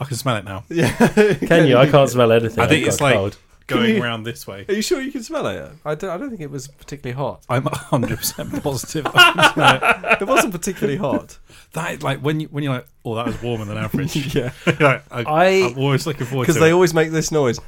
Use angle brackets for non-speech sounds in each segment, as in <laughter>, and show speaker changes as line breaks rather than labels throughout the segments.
I can smell it now.
Yeah.
<laughs> Can you? I can't smell anything.
I think
I've
it's
got
like
cold.
going
you-
round this way.
Are you sure you can smell it? I don't, I don't think it was particularly hot.
I'm 100% <laughs> positive. I can smell it.
It wasn't particularly
<laughs>
hot.
That like when you when you're like, oh, that was warmer than
<laughs>
average. <laughs>
yeah.
like, I,
I-
am always looking forward to
Because they
it.
always make this noise.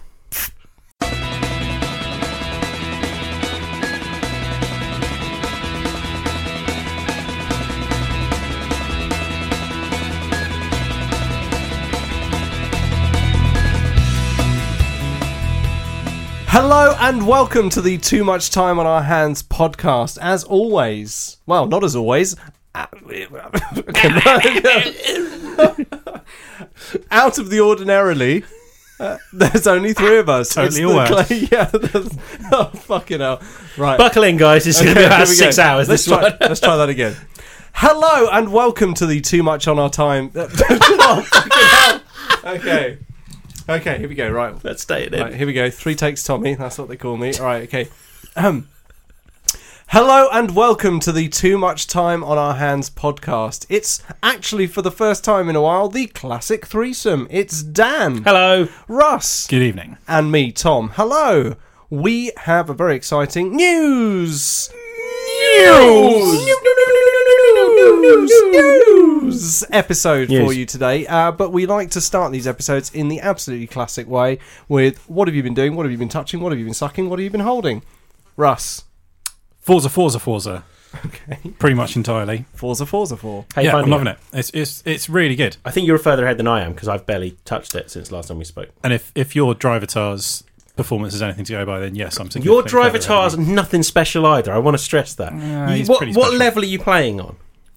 Hello and welcome to the Too Much Time on Our Hands podcast. As always, well, not as always. <laughs> Out of the ordinarily, uh, there's only three of us.
Totally
the
aware.
cla- <laughs> yeah. that's- oh fucking hell! Right.
Buckle in, guys. It's going to
Okay,
be about
here we
six
go.
hours.
Let's
This
try,
one.
Let's try that again. Hello and welcome to the Too Much on Our Time. <laughs> Oh, fucking hell. Okay. Okay. Here we go. Right.
<laughs> Let's stay in.
Right, here we go. Three takes, Tommy. That's what they call me. All right, okay. Um, hello and welcome to the Too Much Time on Our Hands podcast. It's actually for the first time in a while the classic threesome. It's Dan,
Hello.
Russ,
Good evening.
and me, Tom. Hello. We have a very exciting news. News. News. News episode for
Yes.
you today. Uh, but we like to start these episodes in the absolutely classic way with what have you been doing? What have you been touching? What have you been sucking? What have you been holding? Russ.
Forza, Forza, Forza.
Okay.
Pretty much entirely.
Forza, Forza, four.
Hey,
yeah, I'm
finally.
loving it. It's it's it's really good.
I think you're further ahead than I am because I've barely touched it since last time we spoke.
And if if your drivertar's performance is anything to go by, then yes, I'm thinking
Your driver tar's nothing special either. I want to stress that. You-
he's
what,
pretty
what
special.
level are you playing on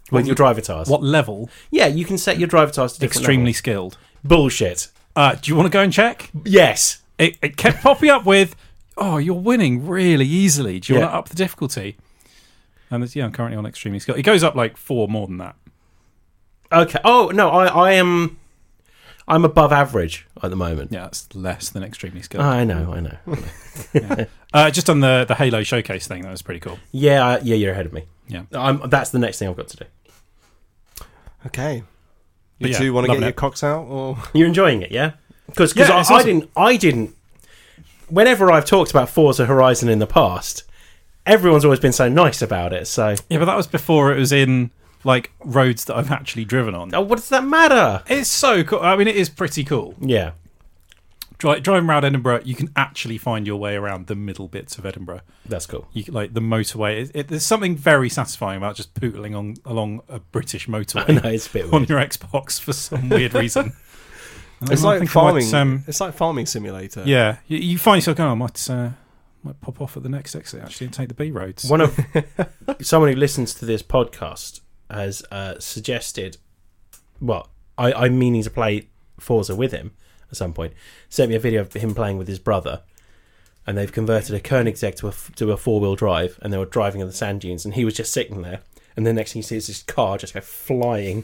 with your driver tars?
What level?
Yeah, you can set your driver tars to different
Extremely
levels.
skilled.
bullshit.
Uh, do you want to go and check?
Yes.
It, it kept popping up with, "Oh, you're winning really easily. Do you
Yeah.
want to up the difficulty?" And it's, yeah, I'm currently on extremely skilled. It goes up like four more than that.
Okay. Oh no, I, I am. I'm above average at the moment.
Yeah, that's less than extremely skilled.
I know. I know.
Uh, just on the the Halo showcase thing, that was pretty cool.
yeah. I- Yeah. You're ahead of me.
Yeah.
I'm, that's the next thing I've got to do.
Okay. You
But yeah,
two want to get
loving
your
it.
cocks out? or
You're enjoying it, yeah? Because
Yeah,
I,
it's
I
awesome.
didn't I didn't. Whenever I've talked about Forza Horizon in the past, everyone's always been so nice about it. So
Yeah, but that was before it was in like roads that I've actually driven on.
oh, what does that matter?
It's so cool. I mean, it is pretty cool.
Yeah,
Dri- driving around Edinburgh, you can actually find your way around the middle bits of Edinburgh.
that's cool. <laughs>
You can- like the motorway. It, it, there's something very satisfying about just pootling on along a British
I know
motorway
it's a
<laughs>
bit
on
weird.
your Xbox for some weird reason. And
It's
I
like
think I might,
farming.
um,
it's like farming simulator.
yeah, you, you find yourself going, "Oh, I might uh, might pop off at the next exit actually and take the B roads.
One <laughs> of someone who listens to this podcast has uh, suggested. Well, I, I'm meaning to play Forza with him at some point. Sent me a video of him playing with his brother, and they've converted a Koenigsegg to a f- to a four wheel drive, and they were driving on the sand dunes, and he was just sitting there. And the next thing you see is his car just go <laughs> flying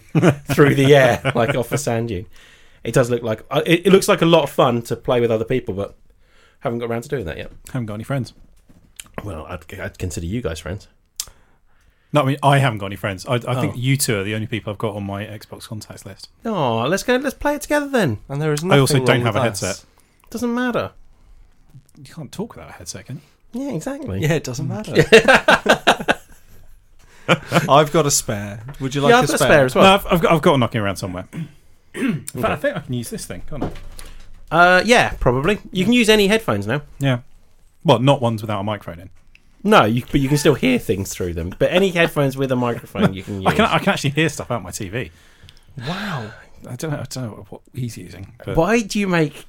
through the air, like off a sand dune. It does look like uh, it, it looks like a lot of fun to play with other people, but haven't got around to doing that yet.
haven't got any friends.
Well, I'd, I'd consider you guys friends.
No, I mean I haven't got any friends. I, I
Oh.
think you two are the only people I've got on my Xbox contacts list.
Oh, let's go. Let's play it together then.
And there is nothing
I also
wrong
don't
with
have a
us.
headset.
Doesn't matter.
You can't talk without a headset, can you?
Yeah, exactly. <laughs>
Yeah, it doesn't matter. <laughs> I've got a spare. Would you like
yeah,
a,
I've got
spare?
as
no,
well.
I've, I've got I've got a knocking around somewhere. In fact, I think I can use this thing, can't I?
Uh, yeah, probably. You can use any headphones now.
Yeah. Well, not ones without a microphone in.
No, you, but you can still hear things through them. But any headphones with a microphone, you <laughs> can use.
I can I can actually hear stuff out my TV.
Wow.
I don't know I don't know what he's using. But
Why do you make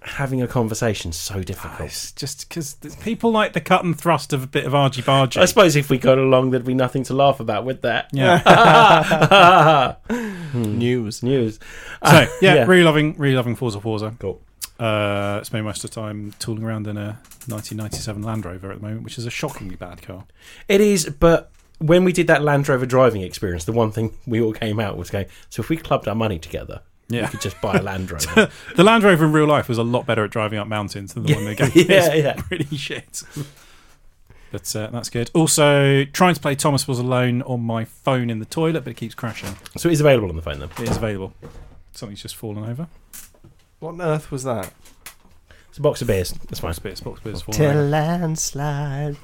having a conversation so difficult?
It's just because people like the cut and thrust of a bit of argy bargy.
I suppose if we got along, there'd be nothing to laugh about with that.
Yeah.
<laughs>
News.
Hmm. News.
<laughs> so
<laughs>
yeah,
Yeah.
really loving really loving Forza Forza.
Cool.
Uh, spending most of the time tooling around in a 1997 Land Rover at the moment, which is a shockingly bad car.
It is, but when we did that Land Rover driving experience, the one thing we all came out was going, so if we clubbed our money together,
Yeah.
we could just buy a Land Rover.
<laughs> The Land Rover in real life was a lot better at driving up mountains than the one
<laughs>
they gave.
Yeah,
It's
yeah.
pretty shit. <laughs> But uh, that's good. Also, trying to play Thomas Was Alone on my phone in the toilet, but it keeps crashing.
so it is available on the phone then.
It is available. Something's just fallen over.
What on earth was that?
It's a box of beers. That's fine.
Box bits, box bits fallen
Till
over.
landslide.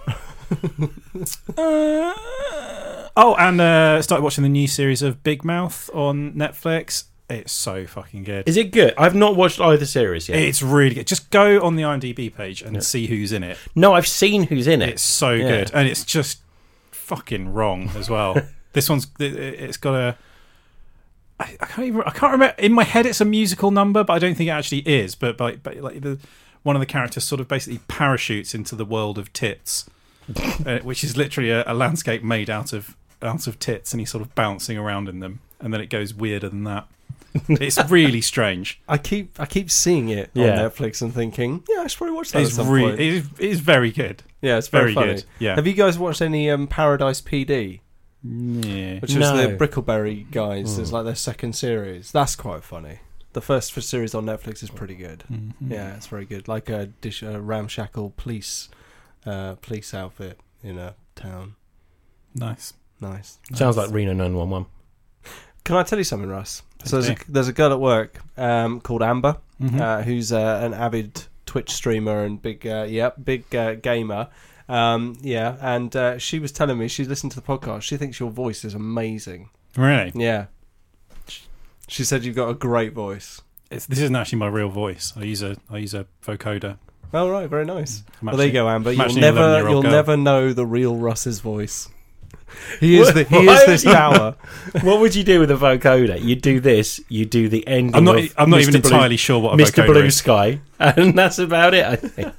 Uh, Oh, and uh, started watching the new series of Big Mouth on Netflix. It's so fucking good.
Is it good? I've not watched either series yet.
It's really good. Just go on the IMDb page and
Yeah.
see who's in it.
no, I've seen who's in it.
It's so
Yeah.
good, and it's just fucking wrong as
<laughs>
well. this one's it- it's got a. I, I can't even. I can't remember. In my head, it's a musical number, but I don't think it actually is. But but, but like the one of the characters sort of basically parachutes into the world of
<laughs>
tits, uh, which is literally a, a landscape made out of out of tits, and he's sort of bouncing around in them, and then it goes weirder than
<laughs>
that. It's really strange.
I keep I keep seeing it
Yeah.
on Netflix and thinking, yeah, I should probably watch that.
It's
at some
really,
point.
it is, it is very good.
yeah, it's
Very
very, funny.
good. Yeah.
Have you guys watched any um, Paradise PD,
yeah.
which is
No.
the Brickleberry guys? It's like their second series. That's quite funny. The first f- series on Netflix is pretty good.
Mm-hmm.
Yeah, it's very good. Like a, dish, a ramshackle police uh, police outfit in a town.
Nice.
Nice.
Sounds like Reno 911.
Can I tell you something, Russ?
Please
So there's a,
do.
there's a girl at work um, called Amber
Mm-hmm.
Mhm.
uh, who's uh, an avid Twitch streamer and big, uh, yeah, big uh, gamer. Um, yeah, and uh, she was telling me she listened to the podcast. She thinks your voice is amazing.
really?
Yeah, she said you've got a great voice.
it's, this isn't actually my real voice. I use a I use a vocoder.
All Oh, right, very nice.
Mm.
I'm
well, there you
actually-
go, Amber.
I'm
You'll
actually an
never,
11-year-old
you'll
girl.
never know the real Russ's <laughs> voice. He is the, he
Why
is
would
this
you-
tower.
what would you do with a vocoder? You do this. You do the ending.
I'm not e,
of
I'm not
Mr.
even
Blue,
entirely sure what a
Mr.
vocoder
Blue
is.
Sky, <laughs> and that's about it. I think.
<laughs>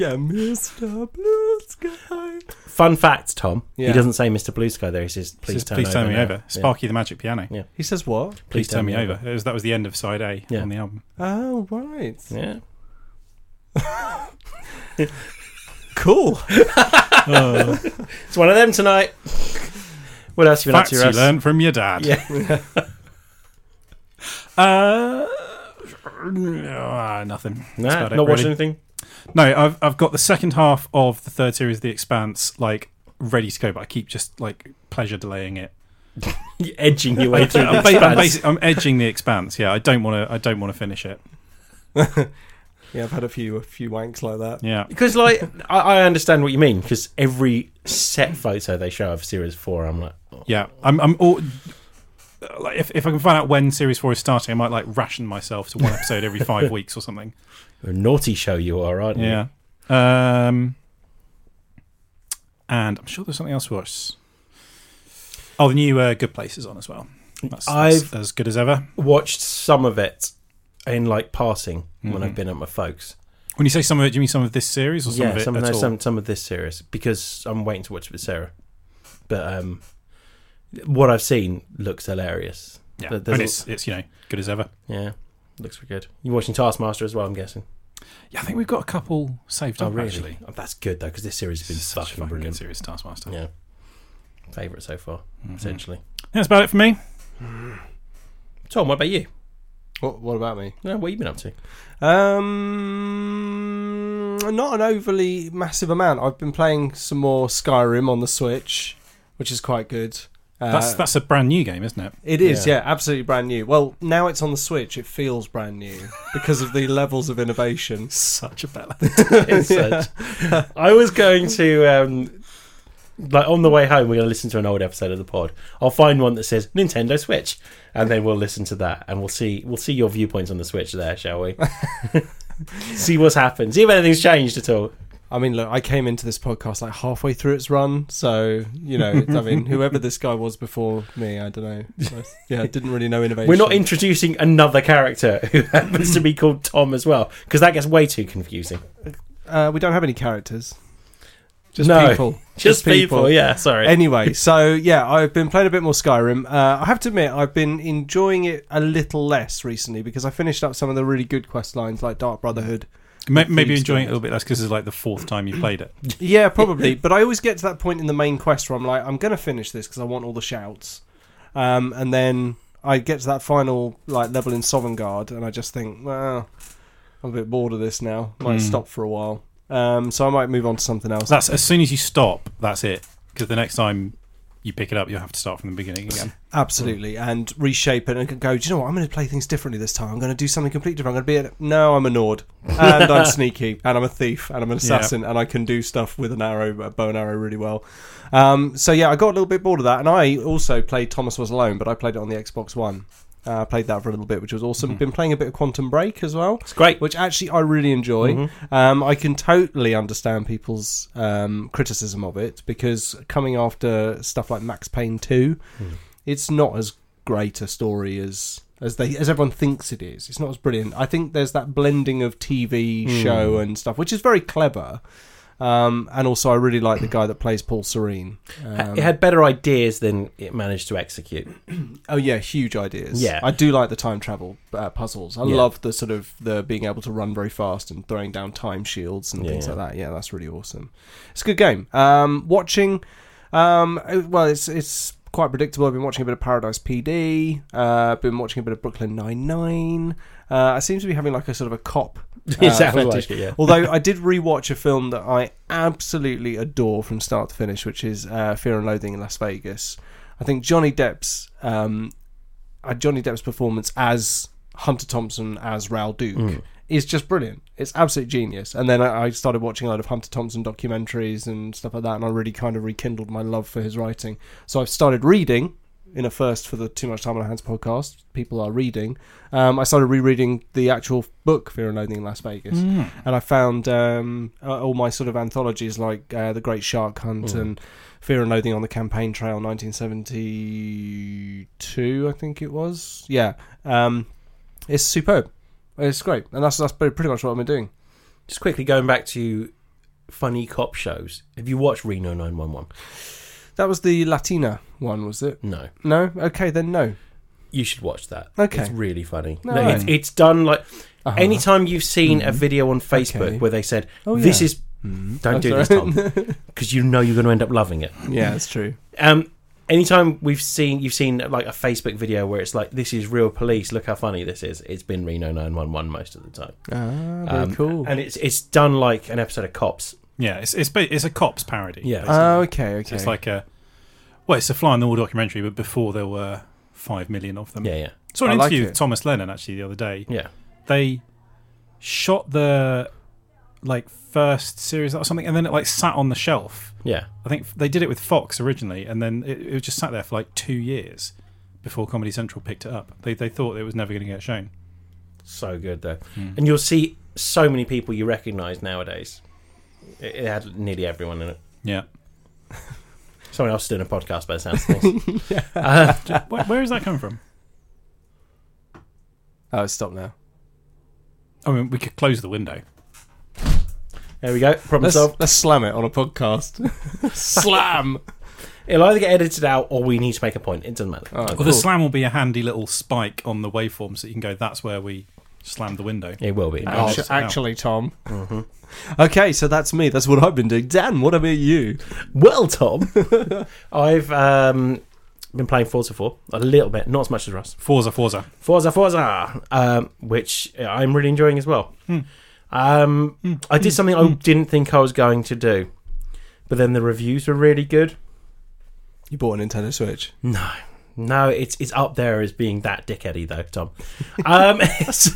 yeah, Mr. Blue Sky.
Fun fact, Tom.
Yeah.
He doesn't say Mr. Blue Sky though. He says, "Please,
Please,
turn,
please
over
turn me
now."
over.
Yeah.
Sparky the Magic Piano.
Yeah.
He says what?
Please turn me over. It was, that was the end of side A
Yeah.
on the album.
Oh, right.
<laughs>
Yeah.
Cool.
<laughs> It's one of them tonight. What else have you been up
Facts
to,
you
Russ?
learn from your dad.
Yeah.
<laughs> Uh, ah, nothing.
Nah,
about
not
it,
watching
really. <laughs>
anything.
No, I've I've got the second half of the third series of The Expanse like ready to go, but I keep just like pleasure delaying it.
You're edging your way through.
I'm,
the
ba- I'm,
expanse.
basi- I'm edging The Expanse. Yeah, I don't want to. I don't want to finish it.
<laughs> Yeah, I've had a few a few wanks like that.
Yeah.
Because like I, I understand what you mean. Because every set photo they show of series four, I'm like, oh.
Yeah, I'm. I'm all. Like if, if I can find out when series four is starting, I might like ration myself to one episode every
<laughs>
five weeks or something.
a naughty show you are, aren't you?
Yeah. Um. And I'm sure there's something else worse. Oh, the new uh, Good Place is on as well. That's, that's
I've-
as good as ever.
Watched some of it in like passing
Mhm.
when I've been at my folks.
When you say some of it, do you mean some of this series or some
yeah,
of it
some
at
of those,
all?
some some of this series because I'm waiting to watch it with Sarah. But um, what I've seen looks hilarious.
yeah,
but
and
there's a-
it's it's you know good as ever.
Yeah, looks pretty good. You're watching Taskmaster as well, I'm guessing.
Yeah, I think we've got a couple saved up actually.
Oh, that's good though because this series has been
Such a
fucking,
fucking good
brilliant.
series, Taskmaster.
Yeah, favorite so far
Mhm.
essentially.
That's about it for me.
Tom, what about you?
What, what about me?
No, what have you been up <laughs> to?
Um, not an overly massive amount. I've been playing some more Skyrim on the Switch, which is quite good. Uh,
That's that's a brand new game, isn't it?
it is,
yeah.
yeah. absolutely brand new. Well, now it's on the Switch, it feels brand new <laughs> because of the levels of innovation.
Such a <laughs> bella.
It's such- I was going to um, like on the way home. We're going to listen to an old episode of the pod. I'll find one that says Nintendo Switch, and then we'll listen to that, and we'll see we'll see your viewpoints on the Switch there, shall <laughs> we? see what's happened. See if anything's changed at all.
I mean, look, I came into this podcast like halfway through its run, so you know, I <laughs> mean, whoever this guy was before me, I don't <laughs> know. Yeah, didn't really know innovation.
We're not introducing another character <laughs> who happens to be called Tom as well, because that gets way too confusing.
Uh, we don't have any characters. Just
No. <laughs>
people.
Just, people.
people.
yeah. Sorry.
Anyway, so yeah, I've been playing a bit more Skyrim. Uh, I have to admit, I've been enjoying it a little less recently because I finished up some of the really good quest lines like Dark
<laughs>
Brotherhood.
Ma-
Thieves
Maybe you're enjoying it a
Guild.
little bit less because it's like the fourth time you played it.
Yeah, probably. but I always get to that point in the main quest where I'm like, I'm going to finish this because I want all the shouts. Um, and then I get to that final like level in Sovereign Guard, and I just think, well, I'm a bit bored of this now.
Hmm.
Might stop for a while. Um, so I might move on to something else.
That's as soon as you stop, that's it. Because the next time you pick it up, you'll have to start from the beginning again.
Absolutely, and reshape it and go. Do you know what? I'm going to play things differently this time. I'm going to do something completely different. I'm going to be a no. I'm a Nord, and I'm sneaky, and I'm a thief, and I'm an assassin, and I can do stuff with an arrow, a bow and arrow, really well. Um, so yeah, I got a little bit bored of that, and I also played Thomas Was Alone, but I played it on the Xbox One. Uh, I played that for a little bit, which was awesome. Been playing a bit of Quantum Break as well
It's great.
which actually I really enjoy. Um, I can totally understand people's um, criticism of it because coming after stuff like Max Payne 2, it's not as great a story as as they as everyone thinks it is. It's not as brilliant. I think there's that blending of TV show and stuff, which is very clever. Um, and also, I really like the guy that plays Paul Serene. Um,
it had better ideas than it managed to execute.
Oh yeah, huge ideas.
Yeah.
I do like the time travel uh, puzzles. I
Yeah.
love the sort of the being able to run very fast and throwing down time shields and
Yeah,
things
yeah.
like that. Yeah, that's really awesome. It's a good game. Um, watching, um, uh, well, it's it's quite predictable. I've been watching a bit of Paradise PD. Uh, been watching a bit of Brooklyn Nine Nine. Uh, I seem to be having like a sort of a cop.
<laughs> It sounds
fetish.
like it, yeah.
Although I did rewatch a film that I absolutely adore from start to finish, which is uh, Fear and Loathing in Las Vegas. I think Johnny Depp's um, uh, Johnny Depp's performance as Hunter Thompson as Raoul Duke
Mm.
is just brilliant. It's absolute genius. And then I, I started watching a lot of Hunter Thompson documentaries and stuff like that, and I really kind of rekindled my love for his writing. So I've started reading. In a first for the Too Much Time on Our Hands podcast, people are reading. Um, I started rereading the actual book Fear and Loathing in Las Vegas, and I found um, uh, all my sort of anthologies like uh, The Great Shark Hunt and Fear and Loathing on the Campaign Trail, 1972, I think it was. Yeah, um, it's superb. It's great, and that's that's pretty pretty much what I've been doing.
Just quickly going back to funny cop shows. Have you watched Reno 911?
That was the Latina one, was it?
No.
No. Okay, then no.
You should watch that.
Okay.
It's really funny.
No.
No, it's, it's done like
Uh-huh.
<laughs>
Mm-hmm.
anytime you've seen a video on Facebook
Okay.
where they said,
Oh,
This
yeah.
is. Don't
I'm
do this,
sorry.
Tom, because you know you're going to end up loving it.
yeah, that's true.
Um, anytime we've seen you've seen like a Facebook video where it's like, "This is real police. Look how funny this is." It's been Reno 911 most of the time.
<laughs> Ah, very
Um,
cool.
And it's it's done like an episode of Cops.
Yeah, it's it's ba- it's a cops parody.
Yeah.
basically.
Ah, okay, okay.
it's like a well, it's a fly on the wall documentary, but before there were five million
Um,
of them.
Yeah, yeah,
Saw an
I like
interview
it.
with Thomas Lennon actually the other day.
yeah.
They shot the like first series or something, and then it like sat on the shelf.
Yeah,
I think they did it with Fox originally, and then it, it just sat there for like two years before Comedy Central picked it up. They they thought it was never going to get shown.
so good though. And you'll see so many people you recognise nowadays. It, it had nearly everyone in it.
Yeah,
Someone else is doing a podcast by the sounds of things.
Where- where is that coming from?
oh, stop now.
I mean, we could close the window.
There we go. Problem
Let's
solved.
let's slam it on a podcast. <laughs> slam.
It'll either get edited out or we need to make a point. It doesn't matter.
Oh,
Well, the
cool.
slam will be a handy little spike on the waveform, so you can go. That's where we slammed the window.
It will be.
Oh,
Actu-
shit.
actually, Tom. Mm-hmm. Okay, so that's me. That's what I've been doing. Dan, what about you?
Well, Tom, I've um, been playing Forza 4 a little bit, not as much as Russ.
Forza, Forza.
Forza Forza, um, which I'm really enjoying as well. Um, I did something I didn't think I was going to do, but then the reviews were really good.
You bought a Nintendo Switch.
No, no, it's it's up there as being that dickheady though, Tom.
<laughs>
Um, it's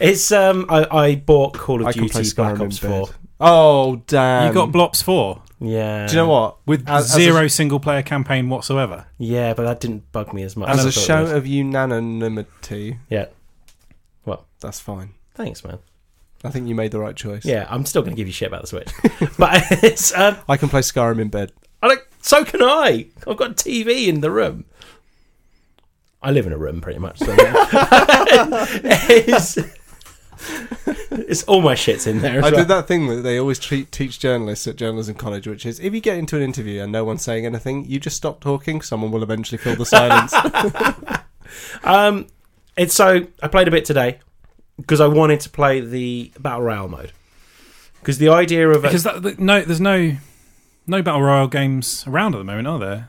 it's um, I, I bought Call of
I can play
Duty Black
Skyrim in
Ops Four.
bed. Oh, Dan.
you got Blops Four
Yeah,
Do you know what?
with
As- as a-
zero single player campaign whatsoever.
Yeah, but that didn't bug me as much
As
I
a
thought it
show
would.
of unanimity,
Yeah. Well,
that's fine.
thanks, man.
I think you made the right choice.
Yeah, I'm still going to give you shit about the Switch, <laughs> but it's um,
I can play Skyrim in bed.
I don't, so can I. I've got a TV in the room. I live in a room, pretty much. So <laughs> it's, it's all my shits in there. As
I
well.
did that thing that they always treat, teach journalists at journalism college, which is if you get into an interview and no one's saying anything, you just stop talking. Someone will eventually fill the silence.
Um, and so I played a bit today because I wanted to play the battle royale mode because the idea of a,
Because that, th- no, there's no no battle royale games around at the moment, are there?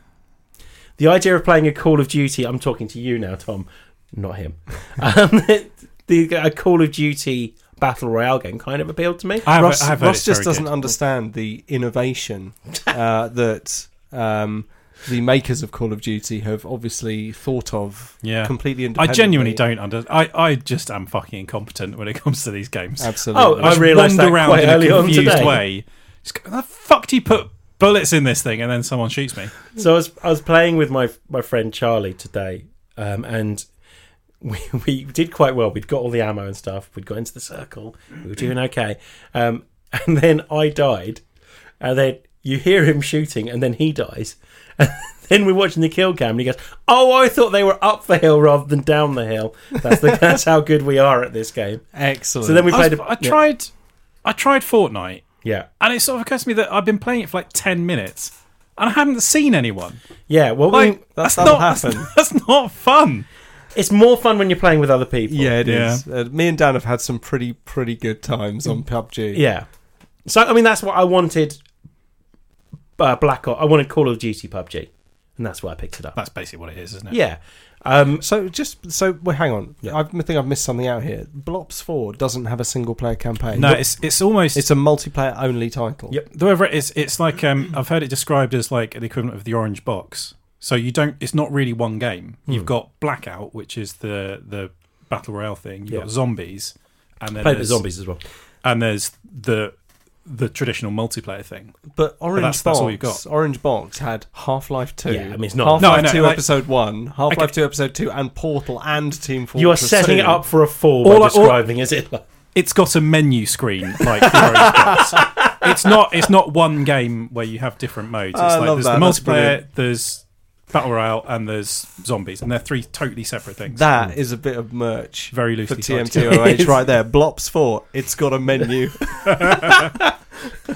the idea of playing a Call of Duty. I'm talking to you now, Tom, not him. <laughs> Um, the a Call of Duty battle royale game kind of appealed to me.
I have,
Ross,
I have heard
Ross
it's
just
very
<laughs> doesn't understand the innovation uh, that um, the makers of Call of Duty have obviously thought of
Yeah.
completely
I
independently.
genuinely don't under. I, I just am fucking incompetent when it comes to these games.
Absolutely.
I
just
realised
wander
that
around
quite
in
early
a
on
confused
today.
way. Just go, the fuck do you put bullets in this thing and then someone shoots me?
So I was I was playing with my my friend Charlie today, um, and we <laughs> we did quite well. We'd got all the ammo and stuff. We'd got into the circle. We were doing okay. Um, <laughs> and then I died, and then you hear him shooting, and then he dies. <laughs> And then we're watching the kill cam, and he goes, "Oh, I thought they were up the hill rather than down the hill." That's the, <laughs> that's how good we are at this game.
Excellent.
So then we
I,
played.
was,
a-
I tried. I tried Fortnite,
Yeah,
and it sort of occurs to me that I've been playing it for like ten minutes, and I haven't seen anyone.
yeah. Well, we-
Like
that
that's,
doesn't
not <laughs>
happen.
That's, not fun.
it's more fun when you're playing with other
<laughs>
people.
yeah, it
Yeah. Mm.
is. Uh, me and Dan have had some pretty pretty good times on PUBG.
Yeah. So I mean, that's what I wanted. Uh, Black Ops. I wanted Call of Duty PUBG, and that's why I picked it up.
That's basically what it is, isn't it?
Yeah. Um,
So just so well, hang on.
Yeah.
I think I've missed something out here. Blops Four doesn't have a single player campaign.
No, it's it's almost
it's a multiplayer only title.
Yep.
However, it's it's like um, I've heard it described as like the equivalent of the orange box. So you don't. It's not really one game.
Hmm.
You've got Blackout, which is the the battle royale thing. You've
Yeah.
got zombies, and then
played with
there's-
zombies as well.
and there's the the traditional multiplayer thing.
But Orange
that's-
Box,
that's all you've got.
Orange Box had Half Life Two.
Yeah, I mean, it's not-
Half
No, I
Life
know,
Two
like-
Episode One, Half Life
Okay.
Two Episode Two, and Portal and Team Fortress.
You are setting
2.
it up for a fall
All I-
by
all-
describing, is it? <laughs>
It's got a menu screen like the orange
<laughs>
box. It's not it's not one game where you have different modes. It's
Oh, I
like
love
there's
that.
the
That's
multiplayer,
brilliant.
there's battle royale, and there's zombies, and they're three totally separate things.
That is a bit of merch
very
for
loosely tied together. <laughs>
TMTOH right there. Blops Four. It's got a menu.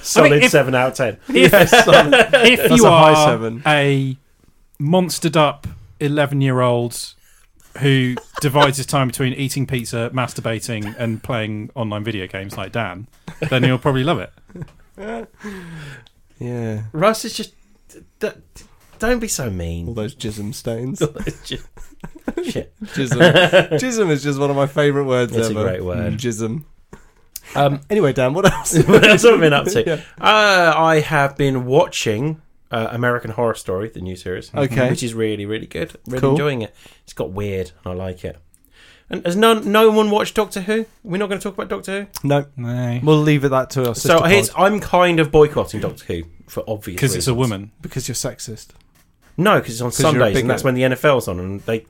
Solid
if-
seven out of ten.
<laughs> yes, solid.
if
That's
you
a high
are
seven.
a monstered up 11 year old who divides his time between eating pizza, masturbating, and playing online video games like Dan, then you'll probably love it.
yeah.
<laughs> Russ is just. d- d- Don't be so
<laughs>
mean.
All those
<laughs>
jism stains.
Shit.
Jism. <laughs> Jism is just one of my favourite words
It's a
ever.
great word.
Jism.
Um,
<laughs> Anyway, Dan, what
<laughs>
else?
<laughs> what else have I been up to?
<laughs> Yeah.
Uh, I have been watching uh, American Horror Story, the new series. Mm-hmm.
Okay.
Which is really, really good. Really
Cool.
enjoying it. It's got weird, and I like it. And has no, no one watched Doctor Who? We're not going to talk about Doctor Who?
No,
No.
we'll leave it that to our sister
so here's,
pod,
I'm kind of boycotting Doctor Who for obvious
Because it's a
reasons.
woman.
because you're sexist.
No, because it's on
'Cause you're a
Sundays,
bigot.
and that's when the NFL's on, and they.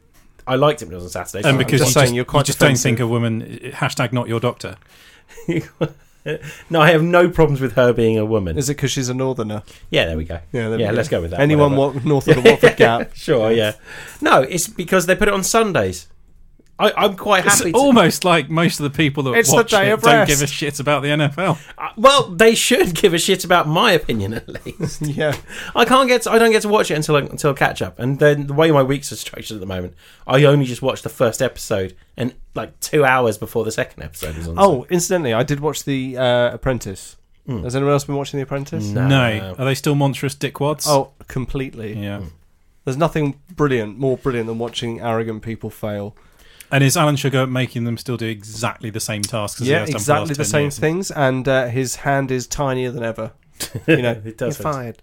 I liked it when it was on
And
Saturdays. so I'm
because you
just
just,
saying you're quite
you just don't
defensive.
think a woman, hashtag not your doctor.
no, I have no problems with her being a woman.
Is it because she's a northerner?
yeah, there we go.
Yeah, there
yeah,
we go.
let's go with that.
Anyone
whatever.
wa- north of the Watford
<laughs>
Gap?
Sure, yeah. No, it's because they put it on Sundays. I, I'm quite
It's
happy. to-
almost like most of the people that
It's the
watch
day
it
of
don't
rest.
give a shit about the NFL.
Uh, well, they should <laughs> give a shit about my opinion at least.
Yeah.
I can't get. To, I don't get to watch it until I, until catch up. And then the way my weeks are structured at the moment, I only just watched the first episode and like two hours before the second episode is on. <laughs>
Oh, incidentally, I did watch The uh, Apprentice.
Mm.
Has anyone else been watching The Apprentice?
Hmm. No.
No. Are they still monstrous dickwads?
Oh, completely.
Yeah.
There's nothing brilliant, more brilliant than watching arrogant people fail.
And is Alan Sugar making them still do exactly the same tasks as he
Yeah,
has done for
exactly
last
the
10
same
years?
things, and uh, his hand is tinier than ever. You know,
<laughs> It does
you're
look-
fired.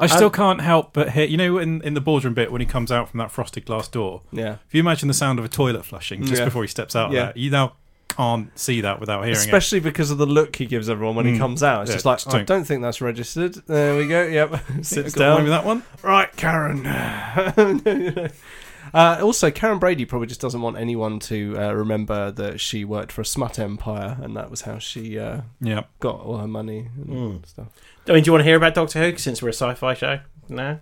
I still can't help but hear. You know, in, in the boardroom bit when he comes out from that frosted glass door,
Yeah.
if you imagine the sound of a toilet flushing just
Yeah.
before he steps out
Yeah.
of that, you now can't see that without hearing it.
Especially because of the look he gives everyone when he
Mm.
comes out. It's
Yeah,
just like,
just
I
don't-
don't think that's registered. There we go. Yep. <laughs>
Think
Sits
I've got away
down.
with that one.
Right, Karen. <laughs> uh, also, Karen Brady probably just doesn't want anyone to uh, remember that she worked for a smut empire and that was how she uh,
Yeah,
got all her money and
Mm.
stuff.
I mean, do you want to hear about Doctor Who since we're a sci-fi show? No.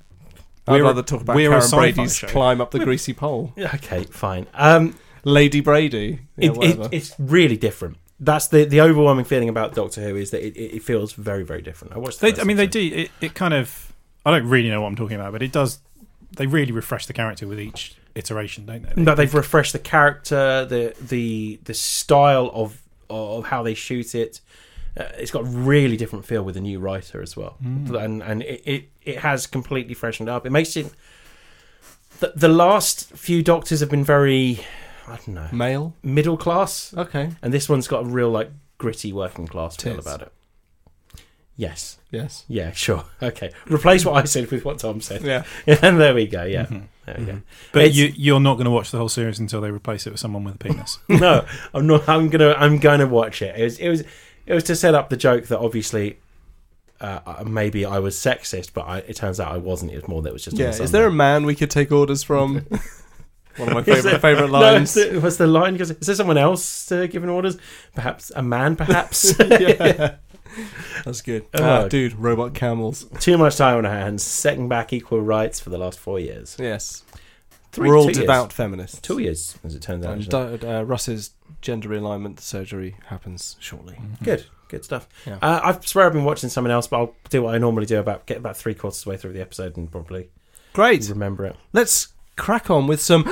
We're
I'd
a-
rather talk about
we're a
Karen
sci-fi
Brady's
show.
climb up the greasy pole.
Okay, fine. Um,
Lady Brady. Yeah,
it,
whatever.
it, it's really different. That's the the overwhelming feeling about Doctor Who is that it, it, it feels very very different. I watched. The
they.
first
I mean, they
episode.
do. It, it kind of. I don't really know what I'm talking about, but it does. They really refresh the character with each iteration, don't they?
No, they've refreshed the character, the the the style of of how they shoot it. Uh, it's got a really different feel with the new writer as well,
Mm.
and and it, it it has completely freshened up. It makes it. The, the last few Doctors have been very, I don't know,
Male.
middle class,
Okay.
and this one's got a real like gritty working class feel
Tits.
about it. Yes.
Yes.
Yeah, sure. <laughs> Okay. Replace what I said with what Tom said. <laughs>
Yeah.
and there we
<laughs>
go. Yeah. There we go.
Mm-hmm. But
It's-
you you're not going to watch the whole series until they replace it with someone with a penis.
no, I'm not. I'm gonna. I'm gonna watch it. It was. It was. It was to set up the joke that obviously, uh, uh, maybe I was sexist, but I, it turns out I wasn't. It was more that it was just.
Yeah. Is <laughs> there a man we could take orders from? <laughs> One of my
<laughs>
favorite favorite lines.
lines? No, is there- was the line? Because is there someone else uh, giving orders? Perhaps a man. Perhaps <laughs>
<laughs> yeah. That's good. Ah,
Oh.
dude, robot camels.
too much time on our hands. Setting back equal rights for the last four years.
Yes.
Three,
We're all
two years.
devout feminists.
Two years, as it turns out.
And
actually.
di- uh, Russ's gender realignment surgery happens shortly.
Good, good stuff.
Yeah.
Uh, I swear I've been watching something else, but I'll do what I normally do about get about three quarters of the way through the episode and probably
Great.
remember it.
Let's crack on with
<laughs>
some.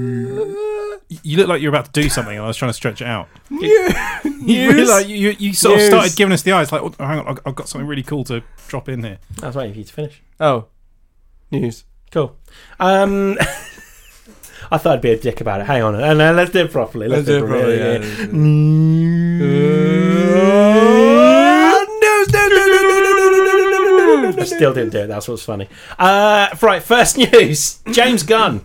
you look like you're about to do something, and I was trying to stretch it out. You,
News.
realize, you, you, you sort
News.
of started giving us the eyes, like, oh, hang on, I've- I've got something really cool to drop in here.
I was waiting for you to finish.
Oh, news.
Cool. Um, <laughs> I thought I'd be a dick about it. Hang on, and uh, let's do it properly. Let's, do it properly. yeah.
Uh, news, news, news, news, news, news, news, news, news, news, news, news,
I
news.
still didn't do it. That's what's funny. Uh, right, first <laughs> news. James Gunn.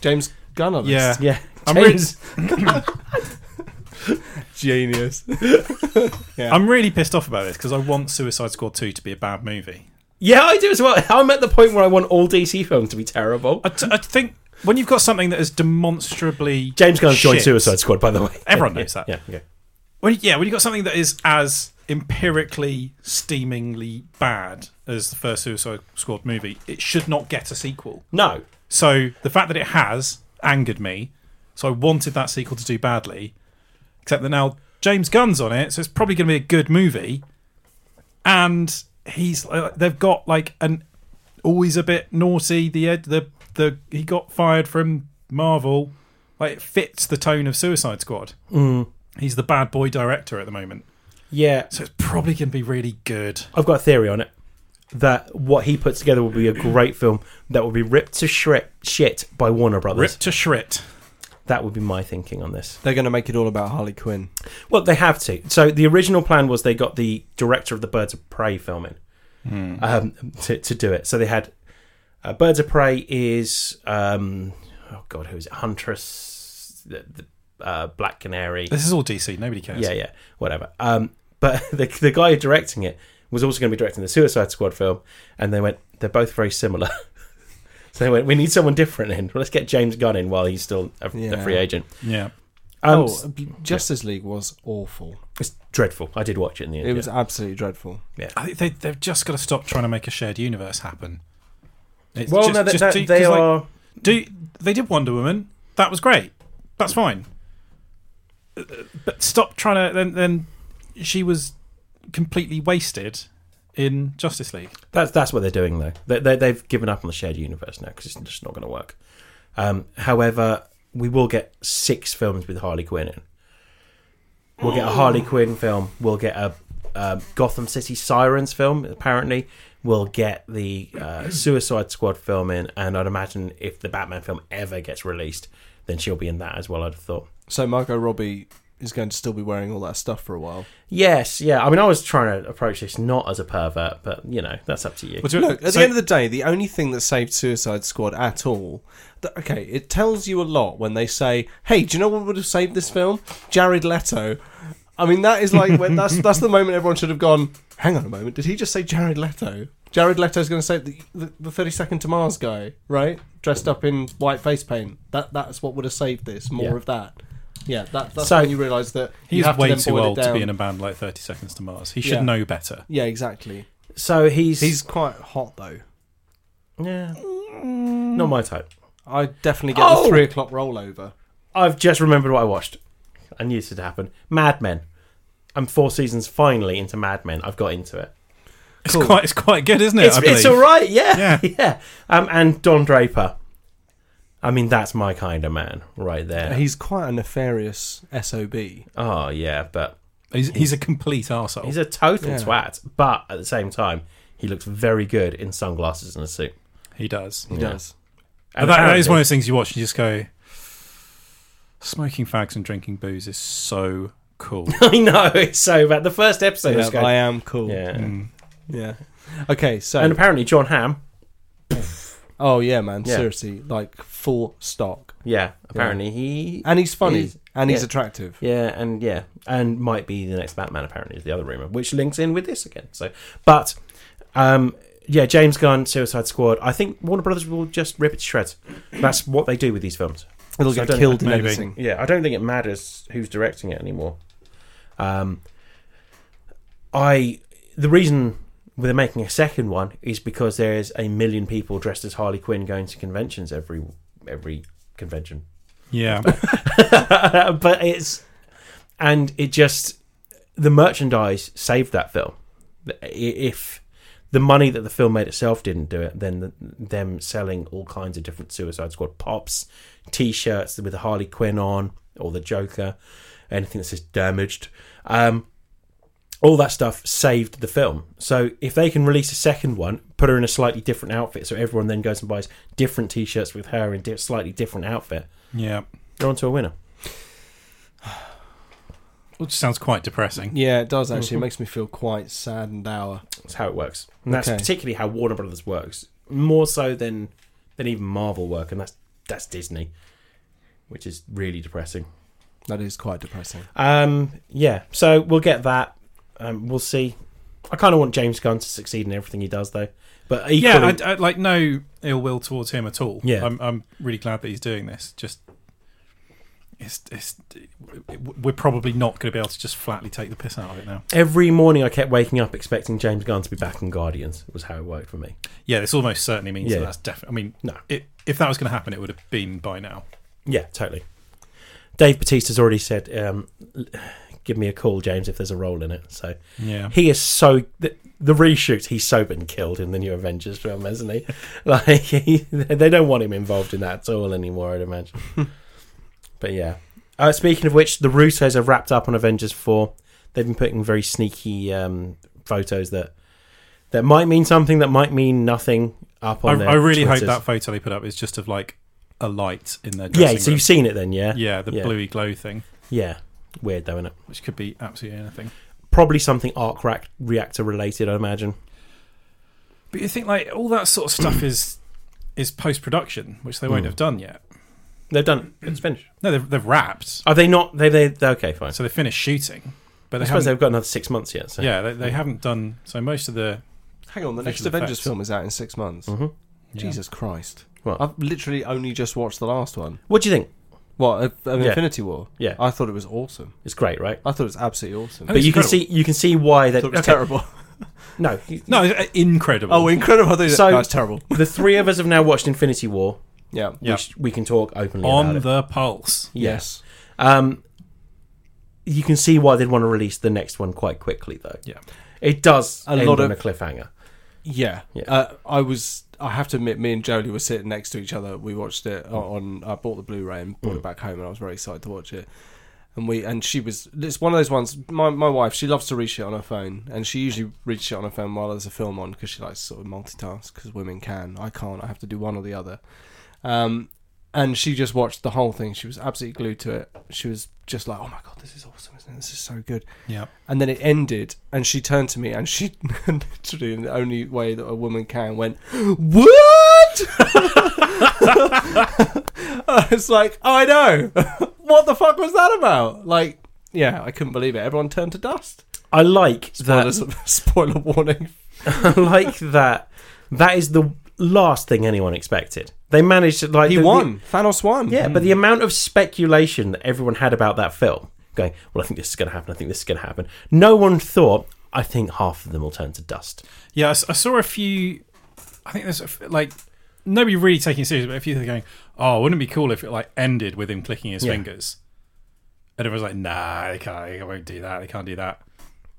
James Gunn on
Yeah.
this.
<laughs> Yeah,
I'm really-
James. <laughs>
Genius.
I'm really pissed off about this because I want Suicide Squad 2 to be a bad movie.
yeah, I do as well. I'm at the point where I want all DC films to be terrible.
I, t- I think when you've got something that is demonstrably.
James Gunn joined
shit-
Suicide Squad, by the way.
Everyone
Yeah,
knows that.
Yeah, yeah.
When, yeah, when you've got something that is as empirically steamingly bad as the first Suicide Squad movie, it should not get a sequel.
No,
So the fact that it has angered me. So I wanted that sequel to do badly. Except that now James Gunn's on it, so it's probably going to be a good movie. And he's uh, they've got like an always a bit naughty. The ed- the the he got fired from Marvel. Like it fits the tone of Suicide Squad. He's the bad boy director at the moment,
yeah.
so it's probably going to be really good.
I've got a theory on it that what he puts together will be a great film that will be ripped to shri- shit by Warner Brothers.
Rip to shrit.
That would be my thinking on this.
They're going to make it all about Harley Quinn.
Well, they have to. So the original plan was they got the director of the Birds of Prey filming um, to to do it. So they had uh, Birds of Prey is um, oh god, who is it? Huntress, the, the uh, Black Canary.
This is all DC. Nobody cares.
Yeah, yeah, whatever. Um, but <laughs> the the guy directing it was also going to be directing the Suicide Squad film, and they went, they're both very similar. <laughs> so they went, we need someone different in. Let's get James Gunn in while he's still a, a
Yeah.
free agent.
yeah.
Um,
oh, B- Justice League was awful.
It's dreadful. I did watch it in the end.
It was
yeah.
absolutely dreadful.
I think they, they've just got to stop trying to make a shared universe happen. It's
Well,
just-
no, that,
just
that-
do-
they
'cause, like,
are.
do they did Wonder Woman? That was great. That's fine. Uh, But stop trying to. Then, then she was completely wasted in Justice League.
That's that's what they're doing though. They, they they've given up on the shared universe now because it's just not going to work. Um, however, we will get six films with Harley Quinn in. We'll get a Harley Quinn film. We'll get a um, Gotham City Sirens film. Apparently, we'll get the uh, Suicide Squad film in, and I'd imagine if the Batman film ever gets released, then she'll be in that as well. I'd have thought.
So Margot Robbie is going to still be wearing all that stuff for a while.
Yes, yeah. I mean, I was trying to approach this not as a pervert, but you know, that's up to you.
But do-
Look, at
so-
the end of the day, the only thing that saved Suicide Squad at all, th- okay, it tells you a lot when they say, "Hey, do you know what would have saved this film? Jared Leto." I mean, that is like when that's that's the moment everyone should have gone. Hang on a moment, did he just say Jared Leto? Jared Leto's going to save the, the the Thirty Second to Mars guy, right? Dressed up in white face paint. That that's what would have saved this. More
Yeah.
of that. Yeah, that, that's
So-
when you realise that you
he's
have
way
to then
too
boil it
old to
down.
be in a band like Thirty Seconds to Mars. He should
Yeah.
know better.
Yeah, exactly.
so he's
He's quite hot though.
yeah, not my type.
I definitely get
Oh!
the three o'clock rollover.
I've just remembered what I watched. I knew this would happen. Mad Men. I'm four seasons finally into Mad Men. I've got into it.
It's
Cool.
quite, it's quite good, isn't it?
it's
I believe.
it's all right. <laughs> Yeah, yeah.
Yeah.
Um, and Don Draper. I mean, that's my kind of man right there.
He's quite a nefarious SOB.
oh yeah, but
He's, he's a complete arsehole.
he's a total
Yeah.
twat. But at the same time, he looks very good in sunglasses and a suit.
he does.
He does.
But that, that is
apparently-
one of those things you watch and you just go, smoking fags and drinking booze is so
<laughs>
cool.
<laughs> I know it's so bad. The first episode
Yeah,
is going,
I am cool.
yeah,
Mm.
Yeah. Okay, so
and apparently John Hamm.
oh yeah, man,
Yeah.
seriously, like full stock,
Yeah, apparently he.
and he's funny,
He's-
and he's
yeah.
attractive.
Yeah, and yeah, and might be the next Batman. Apparently, is the other rumor, which links in with this again. So, but um, yeah, James Gunn, Suicide Squad. I think Warner Brothers will just rip it to shreds. That's what they do with these films.
It'll
So I
get
don't-
killed in
maybe.
editing.
Yeah, I don't think it matters who's directing it anymore. Um, I the reason they're making a second one is because there is a million people dressed as Harley Quinn going to conventions every every convention.
Yeah.
<laughs> but it's and it just the merchandise saved that film. I- If the money that the film made itself didn't do it, then the, them selling all kinds of different Suicide Squad pops, T-shirts with the Harley Quinn on or the Joker, anything that says damaged, um, all that stuff saved the film. So if they can release a second one, put her in a slightly different outfit, so everyone then goes and buys different T-shirts with her in a slightly different outfit,
Yeah.
they're onto a winner.
Which sounds quite depressing.
Yeah, it does <laughs> actually. It makes me feel quite sad and dour.
That's how it works, and that's
Okay.
particularly how Warner Brothers works, more so than than even Marvel work, and that's that's Disney, which is really depressing.
That is quite depressing.
Um, yeah, so we'll get that. Um, we'll see. I kind of want James Gunn to succeed in everything he does, though. But
Yeah,
equally,
I, I, like no ill will towards him at all.
Yeah.
I'm, I'm really glad that he's doing this. Just, it's, it's, we're probably not going to be able to just flatly take the piss out of it now.
every morning I kept waking up expecting James Gunn to be back in Guardians. Was how it worked for me.
Yeah, this almost certainly means
Yeah.
that that's definitely. I mean,
No.
it, if that was going to happen, it would have been by now.
Yeah, totally. Dave Batista's already said, um, l- "Give me a call, James, if there's a role in it." So
Yeah.
he is so the, the reshoot. He's so been killed in the new Avengers film, hasn't he? <laughs> Like he, they don't want him involved in that at all anymore.
<laughs>
I'd imagine. but yeah. Uh, speaking of which, the Russos have wrapped up on Avengers four. They've been putting very sneaky um, photos that that might mean something, that might mean nothing. Up
I,
on their
I really
Twitters.
hope that photo they put up is just of like a light in their dressing
Yeah, so
room.
you've seen it then, yeah?
yeah, the
yeah.
bluey glow thing,
Yeah. Weird though, isn't it?
which could be absolutely anything.
probably something arc rac- reactor related, I imagine.
But you think like all that sort of stuff is is post production, which they won't
Hmm.
have done yet.
They've done it. It's finished.
No, they've, they've wrapped,
Are they not? They they they're okay, fine.
so they finished shooting, but
I
they
suppose
haven't.
they've got another six months yet. So.
Yeah, they, they haven't done. So most of the
Hang on, the next
Visual
Avengers
effects.
film is out in six months.
hmm
yeah.
Jesus Christ!
What?
I've literally only just watched the last one.
What do you think?
What? Of, of
Yeah.
Infinity War?
Yeah,
I thought it was awesome.
it's great, right?
I thought it was absolutely awesome.
I
But
Oh, it's
you can see
incredible.
you can see why
I
that
thought it was
okay,
terrible.
No,
No, it's, uh, incredible.
Oh, incredible! I thought it was,
So-
no, it's terrible.
<laughs> the three of us have now watched Infinity War.
Yeah.
Yeah.
We, sh- we can talk openly
on
about it.
the pulse.
Yes.
Um, you can see why they'd want to release the next one quite quickly, though.
Yeah.
It does
A
end
lot
on
of-
a cliffhanger.
Yeah.
Yeah.
Uh, I was. I have to admit, me and Jolie were sitting next to each other. We watched it on. I bought the Blu-ray and brought it back home, and I was very excited to watch it. And we and she was. It's one of those ones. My my wife, she loves to read shit on her phone, and she usually reads shit on her phone while there's a film on because she likes to sort of multitask. Because women can. I can't. I have to do one or the other. Um, and she just watched the whole thing. She was absolutely glued to it. She was just like, "Oh my god, this is awesome, isn't it? This is so good."
Yeah,
And then it ended, and she turned to me, and she <laughs> literally, in the only way that a woman can, went, "What?" <laughs> I was like, "I know. <laughs> what the fuck was that about?" Like, yeah, I couldn't believe it. Everyone turned to dust.
I like that. <laughs>
Spoilers, <laughs> spoiler warning.
I like that. That is the last thing anyone expected. They managed to like
He
the- the-
won. Thanos won.
Yeah, but the amount of speculation that everyone had about that film, going, well, I think this is going to happen. I think this is going to happen. No one thought. I think half of them will turn to dust.
yeah. I, s- I saw a few. I think there's a f- like nobody really taking it serious, but a few are going, "Oh, wouldn't it be cool if it like ended with him clicking his
Yeah.
fingers?" And everyone's like, "Nah, they can't. They won't do that. They can't do that."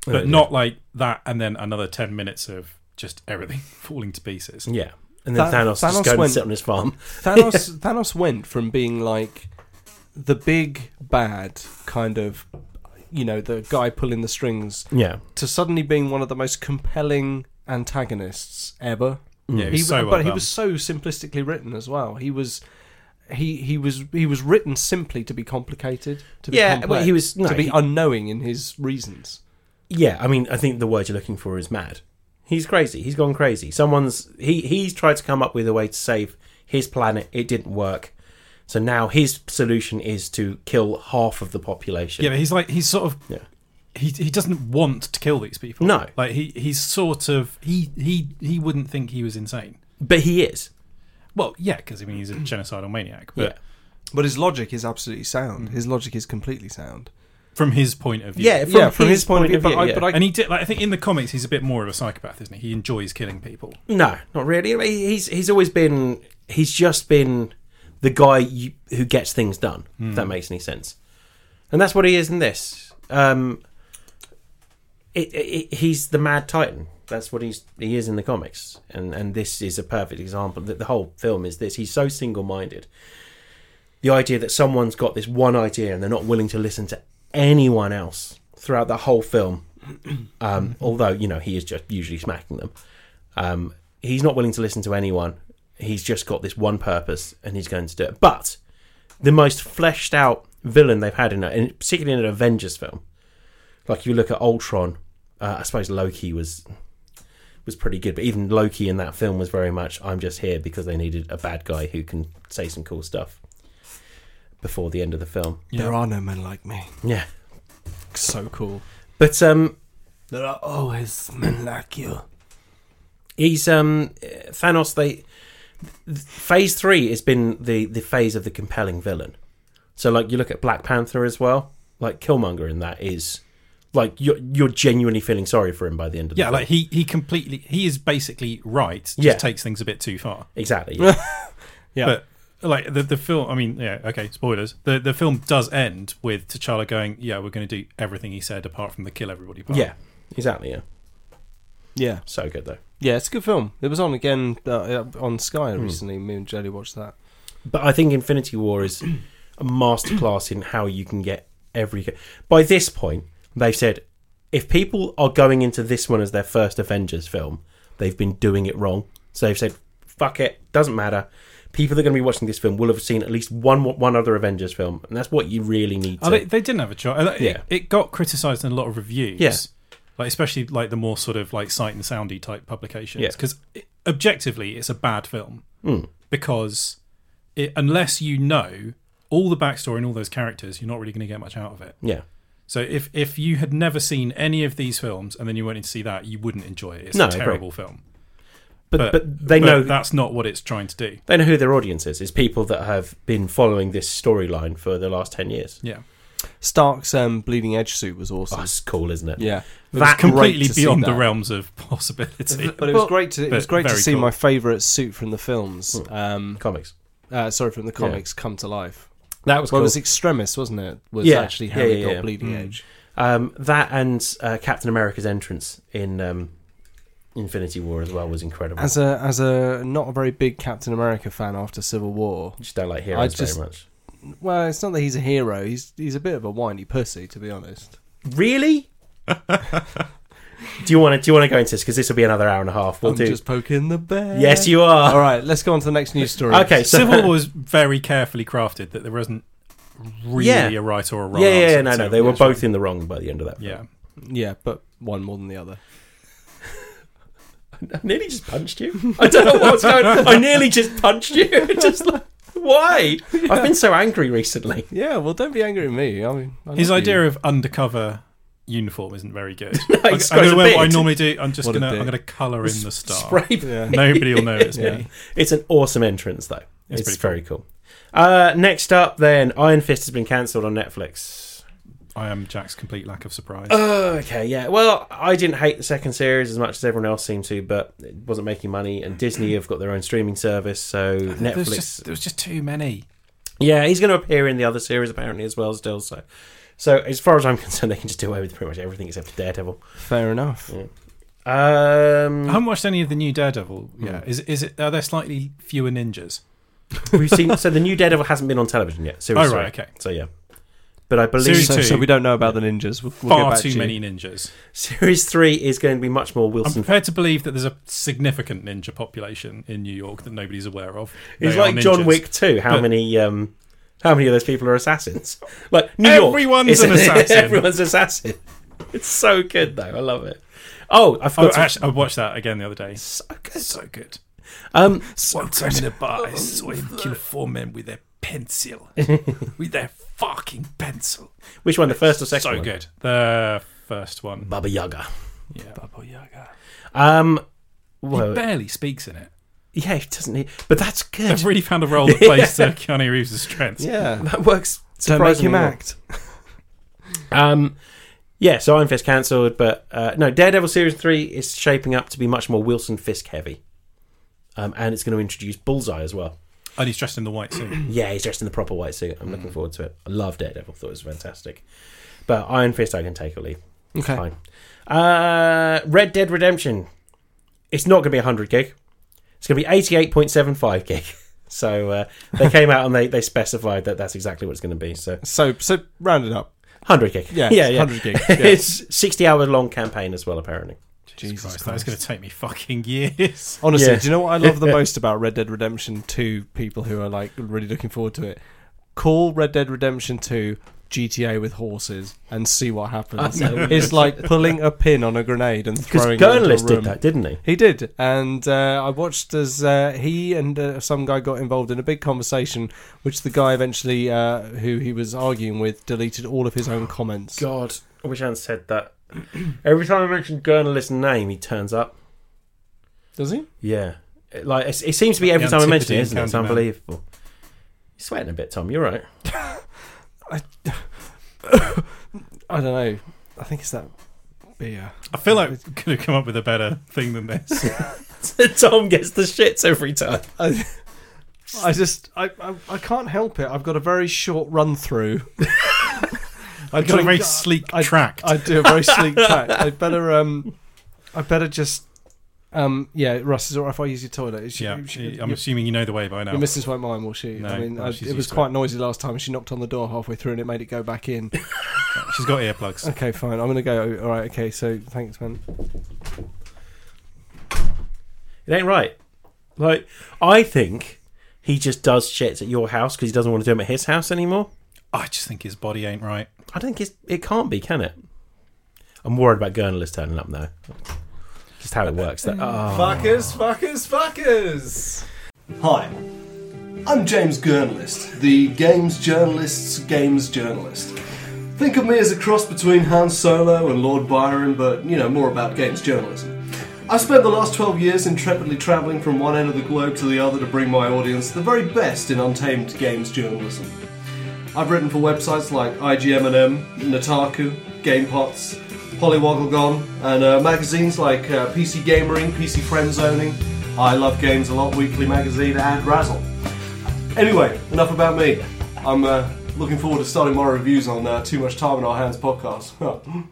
No,
But
they
not like that, and then another ten minutes of just everything <laughs> falling to pieces.
Yeah, and then
Tha-
Thanos,
Thanos
just going
went-
and sit on his farm. <laughs>
Thanos Thanos went from being like the big bad kind of you know the guy pulling the strings
Yeah,
to suddenly being one of the most compelling antagonists ever
Yeah, it was
He-
so well
but he
done.
was so simplistically written as well. He was. He, he was he was written simply to be complicated to be
Yeah, well,
complex,
he was- no,
to be
he-
unknowing in his reasons.
Yeah, I mean, I think the word you're looking for is mad. He's crazy. He's gone crazy. Someone's he he's tried to come up with a way to save his planet. It didn't work. So now his solution is to kill half of the population.
Yeah, but he's like he's sort of
Yeah.
he he doesn't want to kill these people.
No.
like he he's sort of he he he wouldn't think he was insane.
But he is.
Well, yeah, because I mean
<clears throat>
he's a genocidal maniac, but
yeah.
But his logic is absolutely sound. His logic is completely sound.
from his point of view,
Yeah, from,
yeah, from his, point, of view. But,
yeah.
I, but I,
And he did. Like, I think in the comics, he's a bit more of a psychopath, isn't he? He enjoys killing people.
No, not really. I mean, He's he's always been he's just been the guy you, who gets things done. If that makes any sense, and that's what he is in this. Um, it, it, he's the Mad Titan. That's what he's he is in the comics, and and this is a perfect example. That the whole film is this. He's so single minded. The idea that someone's got this one idea and they're not willing to listen to anyone else throughout the whole film. Um, although you know he is just usually smacking them. Um, he's not willing to listen to anyone. He's just got this one purpose, and he's going to do it. But the most fleshed out villain they've had in, a, in particularly in an Avengers film, like you look at Ultron. Uh, I suppose Loki was was pretty good, but even Loki in that film was very much I'm just here because they needed a bad guy who can say some cool stuff before the end of the film.
there are no men like me.
Yeah,
So cool.
but um,
There are always men like you.
he's um Thanos. They th- phase three has been the the phase of the compelling villain. So like you look at Black Panther as well. Like Killmonger in that is like you're you're genuinely feeling sorry for him by the end of the
Yeah,
film.
like he he completely he is basically right. Just
Yeah.
takes things a bit too far.
exactly. Yeah.
Yeah.
But like the the film, I mean, yeah, okay, spoilers. The the film does end with T'Challa going, "Yeah, we're going to do everything he said apart from the kill everybody part."
yeah, exactly. Yeah,
Yeah,
so good though.
yeah, it's a good film. It was on again uh, on Sky recently. Me and Jelly watched that.
But I think Infinity War is a masterclass in how you can get every. By this point, they've said if people are going into this one as their first Avengers film, they've been doing it wrong. So they've said, "Fuck it, doesn't matter." People that are going to be watching this film will have seen at least one one other Avengers film, and that's what you really need to.
Oh, they, they didn't have a choice. It,
Yeah.
it got criticised in a lot of reviews.
Yeah.
Like especially like the more sort of like sight and soundy type publications
Yeah. Hmm.
because objectively it's a bad film because it, unless you know all the backstory and all those characters, you're not really going to get much out of it.
yeah,
So if if you had never seen any of these films and then you went in to see that, you wouldn't enjoy it. It's
No, I
a
agree.
terrible film.
but but, they
but
know
that's not what it's trying to do.
they know who their audience is. It's people that have been following this storyline for the last ten years.
Yeah,
Stark's um, bleeding edge suit was awesome.
Oh, it's cool, isn't it?
Yeah, It was
that's
great
completely
to see
beyond the
that.
realms of <laughs> possibility.
But it was
Well,
great to it was
but
great to
very
see
cool.
my favourite suit from the films. Um,
Comics.
uh, sorry, from the comics come to life.
That was
Well, it
cool.
was Extremis, wasn't it? Was
Yeah.
actually
Yeah,
how he
yeah,
got
yeah.
bleeding
Mm.
edge.
Um, that and uh, Captain America's entrance in um, Infinity War as well was incredible.
As a as a not a very big Captain America fan after Civil War.
just don't like
I
heroes
just-
very much.
Well, it's not that he's a hero. He's he's a bit of a whiny pussy, to be honest.
Really? <laughs> do you want to? Do you want to go into this? Because this will be another hour and a half. We'll
I'm
do.
just poking the bear.
Yes, you are.
All right, let's go on to the next news story.
Okay, so
Civil War was very carefully crafted that there wasn't really
Yeah.
a right or a wrong.
yeah, yeah, yeah,
answer
no,
to
no,
it.
they were both in the wrong by the end of that.
Yeah,
Yeah, but one more than the other.
<laughs> I nearly just punched you. I don't know what's going. on. I nearly just punched you. <laughs> just like why? I've been so angry recently. <laughs>
Yeah, well, don't be angry at me. I mean, I
his
love
idea
you.
of undercover uniform isn't very good.
<laughs> he's
I'm,
got
I'm
his
gonna wear what I
beard.
normally do. I'm just
What a
gonna
dick.
I'm gonna colour in the star.
Spray
Yeah.
Nobody will know it's
<laughs>
Yeah.
me.
It's an awesome entrance, though.
It's
It's,
pretty
very cool. Uh, next up, then, Iron Fist has been cancelled on Netflix.
I am Jack's complete lack of surprise.
Oh, okay, yeah. Well, I didn't hate the second series as much as everyone else seemed to, but it wasn't making money, and Disney have got their own streaming service, so
There was
Netflix.
just, there was just too many.
Yeah, he's going to appear in the other series apparently as well, still. So, so as far as I'm <laughs> concerned, they can just do away with pretty much everything except for Daredevil.
Fair enough.
I <laughs>
Um,
haven't watched any of the new Daredevil. Yeah, is is it? Are there slightly fewer ninjas?
we've seen so the new Daredevil hasn't been on television yet. Series
Oh, right,
three.
okay.
So yeah, But I believe
Series
So,
two.
so we don't know about the ninjas. We'll, we'll get
Far
back
too
to you.
many ninjas.
<laughs> Series 3 is going to be much more
I'm
Wilson.
prepared to believe that there's a significant ninja population in New York that nobody's aware of.
It's
They are
like John
ninjas.
Wick 2. How
But-
many um how many of those people are assassins? <laughs> Like New
Everyone's
York. is <laughs>
an assassin.
Everyone's an assassin. It's so good though. I love it. Oh, I
Oh,
forgot to
actually, I watched that again the other day.
so good.
So good.
Um
One time in a bar, I saw him kill four men with their
<laughs>
pencil. with their fucking pencil.
which one the first or second
So
one?
good. The first one.
Baba Yaga.
Yeah. Baba Yaga.
Um
he
well,
barely speaks in it.
yeah, it doesn't he? But that's good.
They've really found a
<laughs>
role that plays to Keanu Reeves' strengths.
Yeah.
That works.
Don't make him
surprisingly well.
act.
<laughs> Um, yeah, so Iron Fist cancelled, but uh, no, Daredevil Series 3 is shaping up to be much more Wilson Fisk heavy. Um, and it's going to introduce Bullseye as well.
And he's dressed in the white
Hmm.
suit.
Yeah, he's dressed in the proper white suit. I'm looking forward to it. I love Daredevil, thought it was fantastic. But Iron Fist, I can take or leave.
Okay.
Fine. Uh, Red Dead Redemption. It's not going to be 100 gig. It's going to be 88.75 gig. <laughs> So uh, they came out and they, they specified that that's exactly what it's going to be. So
So so round it up.
100 gig.
Yeah.
yeah, yeah. <laughs>
Hundred gig. Yeah.
it's 60 hour long campaign as well apparently
Jesus
Jesus
Christ, that is going to take me fucking years.
Honestly,
Yeah.
do you know what I love the most about Red Dead Redemption 2 people who are like really looking forward to it? Call Red Dead Redemption 2 GTA with horses and see what happens.
I know.
It's like pulling a pin on a grenade and
because
throwing it into a
Gurnless did
room.
that didn't he
He did, and uh, I watched as uh, he and uh, some guy got involved in a big conversation, which the guy eventually, uh, who he was arguing with, deleted all of his own comments.
god I wish I hadn't said that <clears throat> every time I mention Gurnless name he turns up
Does he?
yeah It- like it's, it seems to be every
The
time I mention it
Antipodean
isn't it it's
Candyman.
unbelievable you're sweating a bit Tom you're right <laughs>
I don't know. I think it's that
<laughs>
beer.
I feel like we could have come up with a better thing than <laughs> this.
Tom gets the shits every time
I, I just I, I I can't help it. I've got a very short run through.
<laughs>
I
I've got a very sleek
I-
tract.
I do
<laughs>
a very sleek track. I better um, I better just um yeah. Russ is alright if I use your toilet. It's-
yeah,
you- you-
I'm
you-
assuming you know the way by now.
Your missus won't mind, will she?
No,
I mean,
no,
I,
she's
it was
used to
quite noisy last time. She knocked on the door halfway through and it made it go
<laughs>
back in.
She's got <laughs> earplugs.
okay, fine. I'm gonna go. All right. Okay. So thanks, man.
it ain't right like I think he just does shits at your house because he doesn't want to do them at his house anymore
I just think his body ain't right.
I don't think it's, it can't be can it I'm worried about Gurnless turning up now just how it works that oh.
Fuckers, fuckers, fuckers! Hi, I'm James Gurnlist, the games journalist's games journalist. Think of me as a cross between Han Solo and Lord Byron, but you know, more about games journalism. I spent the last 12 years intrepidly travelling from one end of the globe to the other to bring my audience the very best in untamed games journalism. I've written for websites like IGMM, Nataku, GamePots, Polywogglegon, and uh, magazines like uh, PC Gamering, PC Friend Zoning, I Love Games a Lot Weekly Magazine, and Razzle. Anyway, enough about me. I'm uh, looking forward to starting my reviews on uh, Too Much Time in Our Hands podcast. <laughs>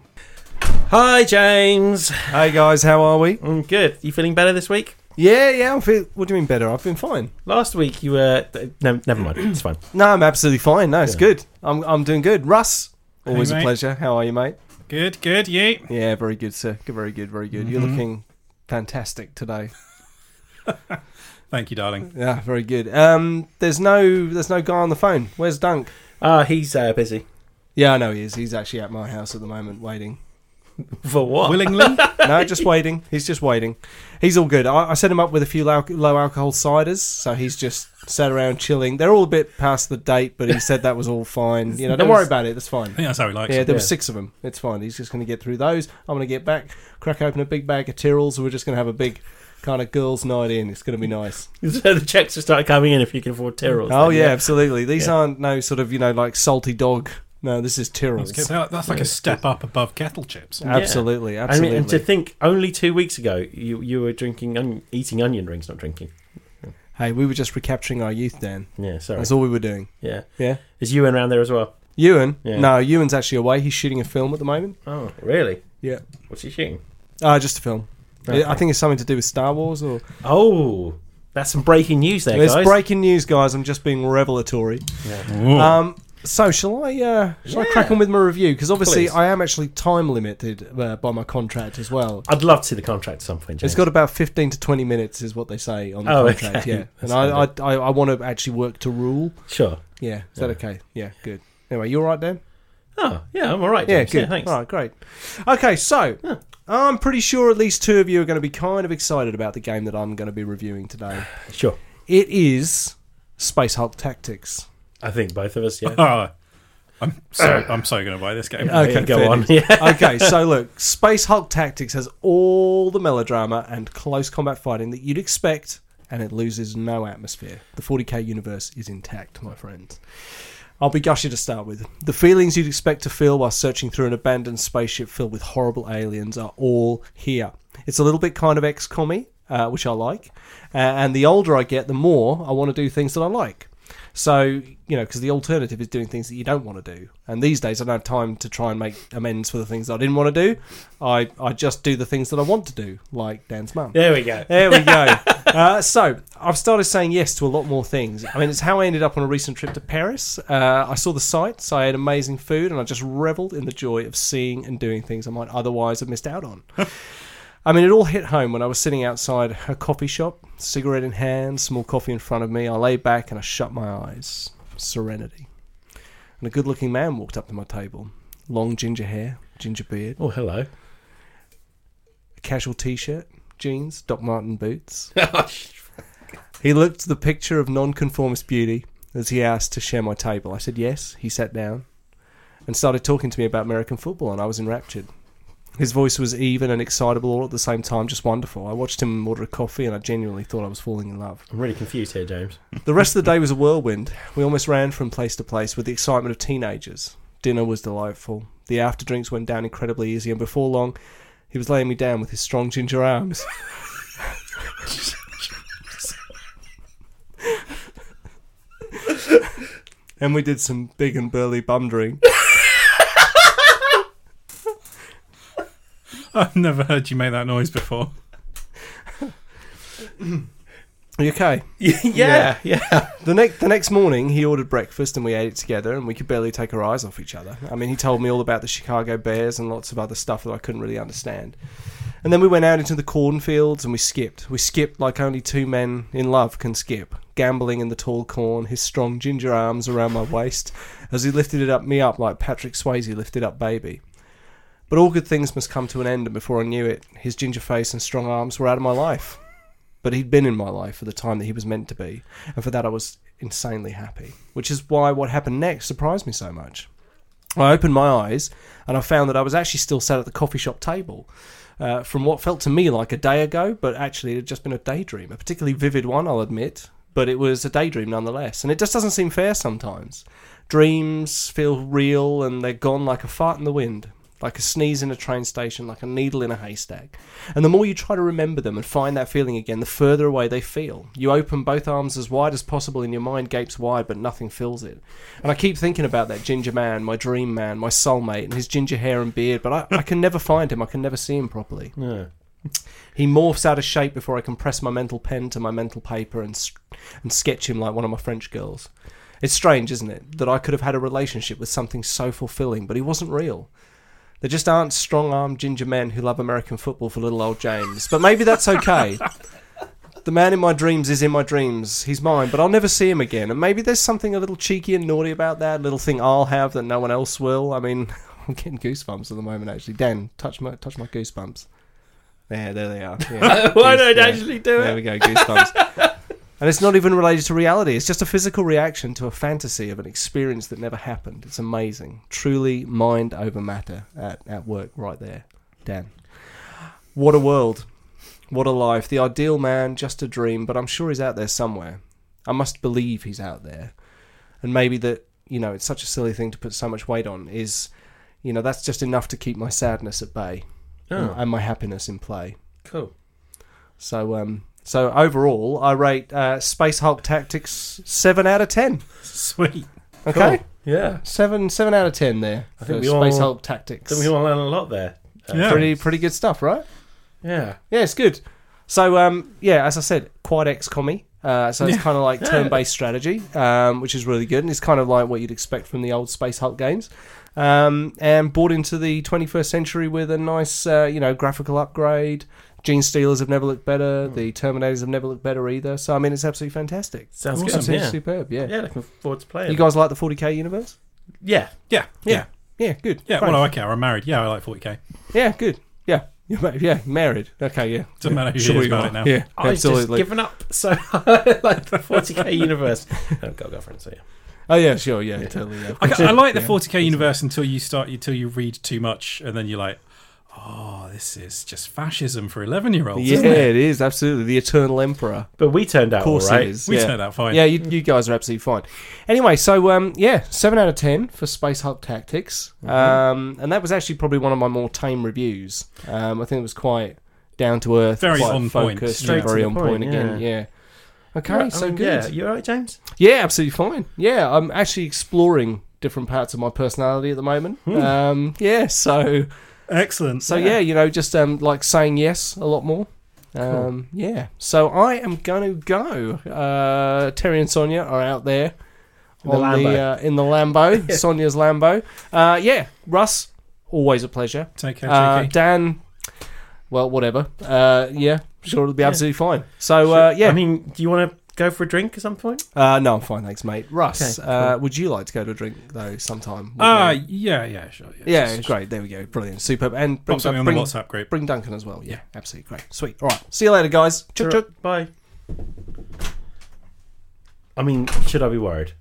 Hi, James.
hey guys, how are we?
I'm good. You feeling better this week?
Yeah, yeah, I'm feel- what do you mean better? I've been fine.
Last week you were. No, never mind. It's fine.
No, I'm absolutely fine. No, it's good. I'm, I'm doing good. Russ, always a
mate.
pleasure. How are you, mate?
Good, good, you.
Yeah, very good, sir. Good, Very good, very good. You're
Mm-hmm.
looking fantastic today.
Thank you, darling.
Yeah, very good. Um, there's no, there's no guy on the phone. Where's Dunk?
Ah, he's uh, busy.
Yeah, I know he is. He's actually at my house at the moment, waiting.
For what?
Willingly? <laughs>
No, just waiting. He's just waiting. He's all good. I, I set him up with a few low, low alcohol ciders, so he's just sat around chilling. They're all a bit past the date, but he said that was all fine. You know, don't worry about it. That's fine.
I think that's how he likes
Yeah,
it.
there were
Yeah.
six of them. It's fine. He's just going to get through those. I'm going to get back, crack open a big bag of Tyrrells. We're just going to have a big kind of girls' night in. It's going to be nice.
<laughs> so the checks will start coming in if you can afford Tyrrells.
Oh
then,
yeah, absolutely. These
Yeah.
aren't no sort of you know like salty dog. No, this is
That's, good.
Tyrrell's.
That- that's like a step up above kettle chips.
Yeah.
Absolutely,
I mean,
absolutely.
and to think only two weeks ago you you were drinking on eating onion rings, not drinking.
hey, we were just recapturing our youth, Dan.
Yeah, sorry.
That's all we were doing.
Yeah,
Yeah.
is Ewan around there as well?
Ewan?
Yeah.
No, Ewan's actually away. He's shooting a film at the moment.
Oh, really?
Yeah.
What's he shooting?
Uh, just a film.
Okay.
I think it's something to do with Star Wars or.
Oh, that's some breaking news there,
it's
guys.
breaking news, guys. I'm just being revelatory.
Yeah.
Ooh.
Um, So shall I? Uh, shall I crack on with my review? Because obviously
Please.
I am actually time limited uh, by my contract as well.
I'd love to see the contract at some point. James.
It's got about fifteen to twenty minutes, is what they say on the
Oh,
contract.
okay.
Yeah, and
<laughs> That's
I, I, I, I want to actually work to rule.
sure.
Yeah, is that
Yeah.
okay? Yeah, good. Anyway, you all right then?
Oh yeah, I'm all right.
Yeah,
James.
good.
thanks.
All right, great. Okay, so
Yeah.
I'm pretty sure at least two of you are going to be kind of excited about the game that I'm going to be reviewing today.
Sure.
It is Space Hulk Tactics.
I think both of us. Yeah.
Oh, I'm so I'm so gonna buy this game.
Yeah,
okay,
go
fair
on. <laughs>
dues.
Yeah.
okay, so look, Space Hulk Tactics has all the melodrama and close combat fighting that you'd expect, and it loses no atmosphere. The 40k universe is intact, my friends. I'll be gushy to start with. The feelings you'd expect to feel while searching through an abandoned spaceship filled with horrible aliens are all here. It's a little bit kind of XCOM-y, uh, which I like, uh, and the older I get, the more I want to do things that I like. So, you know, because the alternative is doing things that you don't want to do. And these days, I don't have time to try and make amends for the things that I didn't want to do. I, I just do the things that I want to do, like Dan's mum.
<laughs> There we go.
There we go. uh, so I've started saying yes to a lot more things. I mean, it's how I ended up on a recent trip to Paris. Uh, I saw the sights, I had amazing food, and I just revelled in the joy of seeing and doing things I might otherwise have missed out on. I mean, it all hit home when I was sitting outside a coffee shop, cigarette in hand, small coffee in front of me. I lay back and I shut my eyes. Serenity. And a good looking man walked up to my table. Long ginger hair, ginger beard,
Oh hello.
a casual t shirt, jeans, Doc Martin boots.
<laughs> oh
He looked the picture of nonconformist beauty as he asked to share my table. I said yes. He sat down and started talking to me about American football, and I was enraptured. His voice was even and excitable all at the same time, just wonderful. I watched him order a coffee, and I genuinely thought I was falling in love.
I'm really confused here, James.
The rest of the day was a whirlwind. We almost ran from place to place with the excitement of teenagers. Dinner was delightful. The after drinks went down incredibly easy, and before long, he was laying me down with his strong ginger arms. <laughs> and we did some big and burly bundering.
<laughs> I've never heard you make that noise before.
Are you okay?
<laughs> yeah, yeah.
The next the next morning, he ordered breakfast and we ate it together, and we could barely take our eyes off each other. I mean, he told me all about the Chicago Bears and lots of other stuff that I couldn't really understand. And then we went out into the cornfields and we skipped. We skipped like only two men in love can skip, gambling in the tall corn, his strong ginger arms around my waist as he lifted it up me up like Patrick Swayze lifted up baby. But all good things must come to an end, and before I knew it, his ginger face and strong arms were out of my life. But he'd been in my life for the time that he was meant to be, and for that I was insanely happy, which is why what happened next surprised me so much. I opened my eyes and I found that I was actually still sat at the coffee shop table uh, from what felt to me like a day ago, but actually it had just been a daydream, a particularly vivid one, I'll admit, but it was a daydream nonetheless. And it just doesn't seem fair sometimes. Dreams feel real and they're gone like a fart in the wind, like a sneeze in a train station, like a needle in a haystack. And the more you try to remember them and find that feeling again, the further away they feel. You open both arms as wide as possible and your mind gapes wide, but nothing fills it. And I keep thinking about that ginger man, my dream man, my soulmate, and his ginger hair and beard, but I, I can never find him. I can never see him properly.
<laughs> Yeah.
He morphs out of shape before I can press my mental pen to my mental paper and, s- and sketch him like one of my French girls. It's strange, isn't it, that I could have had a relationship with something so fulfilling, but he wasn't real. There just aren't strong armed ginger men who love American football for little old James. But maybe that's okay. the man in my dreams is in my dreams. He's mine, but I'll never see him again. And maybe there's something a little cheeky and naughty about that little thing I'll have that no one else will. I mean, <laughs> I'm getting goosebumps at the moment, actually. Dan, touch my touch my goosebumps. There, there they are. Yeah.
<laughs> Why
Goose-
don't I
yeah.
actually do
There
it?
we go, goosebumps.
<laughs>
and it's not even related to reality. It's just a physical reaction to a fantasy of an experience that never happened. It's amazing. Truly mind over matter at, at work right there. Dan. What a world. What a life. The ideal man, just a dream, but I'm sure he's out there somewhere. I must believe he's out there. And maybe that, you know, it's such a silly thing to put so much weight on is, you know, that's just enough to keep my sadness at bay and-
Oh,
and my happiness in play.
cool.
So um, so overall, I rate uh, Space Hulk Tactics seven out of ten.
Sweet.
Okay,
Yeah.
seven seven out of ten there
I
I think
think we
Space
all-
Hulk Tactics.
Then we all learn a lot there. Uh,
Yeah.
Pretty pretty good stuff, right?
Yeah.
Yeah, it's good. So um, yeah, as I said, Quad X Commie. Uh, so it's kind of like turn-based strategy, um, which is really good, and it's kind of like what you'd expect from the old Space Hulk games, um, and brought into the 21st century with a nice, uh, you know, graphical upgrade. Gene Steelers have never looked
Hmm.
better. The Terminators have never looked better either. So I mean, it's absolutely fantastic.
Sounds
Awesome,
good.
Absolutely
Yeah.
superb. Yeah.
yeah, looking forward to playing.
You guys like the 40k universe?
yeah,
Yeah, yeah,
Yeah. Good.
yeah.
Great.
Well, okay, I'm married. Yeah, I like 40k.
Yeah, good. Yeah. <laughs> You're ma- yeah, married. Okay, yeah.
Doesn't matter who it
Sure
is
you
about
are.
it now.
Yeah,
I've just
absolutely.
given up. So <laughs> like the <laughs> 40k universe. I've got a girlfriend, so yeah.
oh, yeah, sure. Yeah, totally. Yeah.
I, I like the 40k universe until you start until you read too much, and then you're like, oh, this is just fascism for 11 year olds.
<laughs> Yeah,
isn't it?
it is absolutely the Eternal Emperor.
But we turned out
Of course,
all right.
it is.
we
yeah.
turned out fine.
Yeah, you, you guys are absolutely fine. Anyway, so um, yeah, seven out of ten for Space Hulk Tactics, um, and that was actually probably one of my more tame reviews. Um, I think it was quite down to earth,
Very
quite
on point.
focused,
Straight
and very
to
on
the point,
point, again.
yeah.
Yeah. Okay,
You're right,
so
um,
good.
Yeah, you all right, James?
Yeah, absolutely fine. Yeah, I'm actually exploring different parts of my personality at the moment. Um, yeah, so
Excellent.
so yeah. you know, just um, like saying yes a lot more. Um, yeah. So I am going to go. Uh, Terry and Sonia are out there
In the
on
Lambo.
uh, in the Lambo, <laughs> Sonia's Lambo. Uh, yeah, Russ, always a pleasure.
Take care,
Uh,
JK.
Dan, well, whatever. Uh, yeah, sure, it'll be absolutely fine. So uh, yeah,
I mean, do you want to go for a drink at some point?
uh, no, I'm fine, thanks, mate. Russ,
Okay,
uh, would you like to go to a drink though sometime? with
Ah,
me?
yeah, yeah, sure. Yeah,
yeah,
just
great. There we go, brilliant, superb. And
Pop
bring,
something on the
bring,
WhatsApp group.
bring Duncan as well. Yeah, absolutely great, sweet. All right, see you later, guys. Chuk, chuk.
Bye. I mean, should I be worried?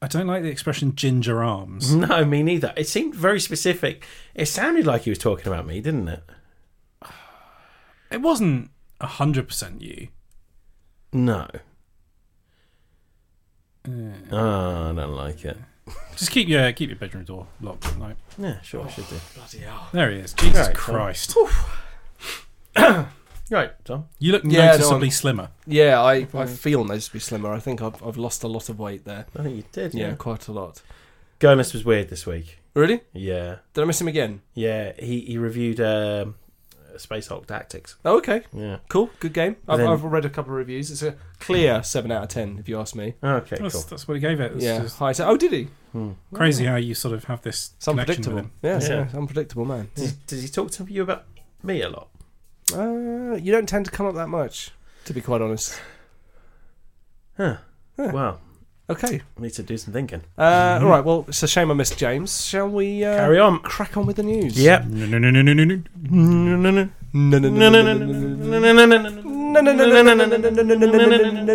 I don't like the expression ginger arms.
<laughs> No, me neither. It seemed very specific. It sounded like he was talking about me, didn't it?
Mm-hmm.
It wasn't hundred percent you.
No. Oh, I don't like it.
Just keep your keep your bedroom door locked at night.
Yeah, sure, I should do.
There he is. Jesus
Right, Tom.
Christ.
Right, Tom.
You look
Yeah, no,
noticeably
I'm-
slimmer.
Yeah, I, I feel noticeably slimmer. I think I've, I've lost a lot of weight there.
I think you did.
Yeah,
Yeah.
quite a lot.
Gomez was weird this week.
Really?
Yeah.
Did I miss him again?
Yeah, he, he reviewed um, Space Hulk Tactics.
Oh, okay.
Yeah.
Cool. Good game. I've,
Then-
I've read a couple of reviews. It's a clear 7 out of 10, if you ask me.
Okay,
That's,
cool. Hmm.
that's what he gave it. It's
yeah.
just
High se- oh, did he?
crazy how you sort of have this
It's
connection with
unpredictable.
him.
Yeah, it's,
Yeah.
yeah. it's unpredictable, man.
Does, does he talk to you about me a lot?
Uh, you don't tend to come up that much, to be quite honest.
Huh.
Huh.
Wow.
Okay.
I need to do some thinking.
Uh, all right. Well, it's a shame I missed James. Shall we uh,
Carry on.
crack on with the news?
Yep.
No, no, no, no, no, no, no.
No, no, no, no, no, no, no, no. No, no, no, no, no, no, no, no, no, no, no, no, no,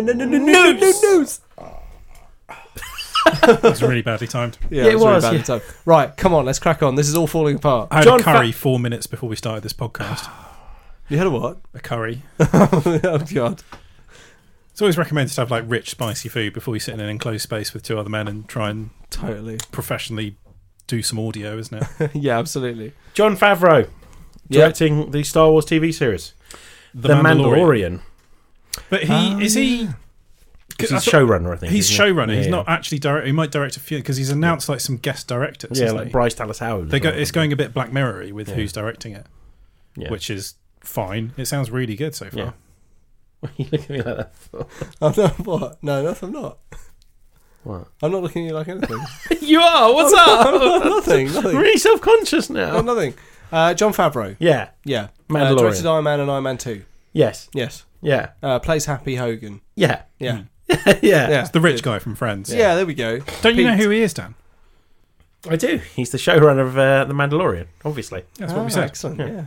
no, no, no, no, news.
That was really badly timed.
Yeah,
Yeah,
it
it
was. really
was,
bad
yeah.
at the time. Right, come on, let's crack on. This is all falling apart.
I had
John
a curry four minutes before we started this podcast.
You had a what?
A curry.
<laughs> oh god.
It's always recommended to have like rich, spicy food before you sit in an enclosed space with two other men and try and
Totally. <laughs>
professionally do some audio, isn't it?
yeah, absolutely.
John Favreau
Yeah.
directing the Star Wars TV series, <laughs> The, Mandalorian.
But he
Oh,
is he.
He's
I thought-
showrunner, I think.
He's
isn't he?
showrunner.
Yeah,
he's
yeah.
not actually direct. He might direct a few because he's announced like some guest directors.
Yeah,
hasn't
like
he?
Bryce Dallas Howard.
they
or
go. It's
something.
going a bit Black Mirror-y with
Yeah.
who's directing it,
Yeah.
which is fine. It sounds really good so far. Mm.
Yeah. <laughs> you look at me like that. for?
<laughs> I'm not what? No, no, I'm not.
What?
I'm not looking at you like anything.
<laughs> you are. What's
<laughs>
<laughs>
up? <laughs>
nothing, nothing.
Oh, really self conscious now.
I'm nothing. Uh, John Favreau.
Yeah.
Yeah. Uh,
Mandalorian.
directed Iron Man and Iron Man 2.
Yes.
Yes.
Yeah.
Uh, plays Happy Hogan.
Yeah. <laughs>
Yeah.
yeah.
Yeah.
Mm. It's the rich guy from Friends.
Yeah, there we go.
Don't you know
Pete.
who he is, Dan?
I do. He's the showrunner of uh, The Mandalorian, obviously.
That's what we
Ah,
said.
Excellent.
Yeah.
Yeah.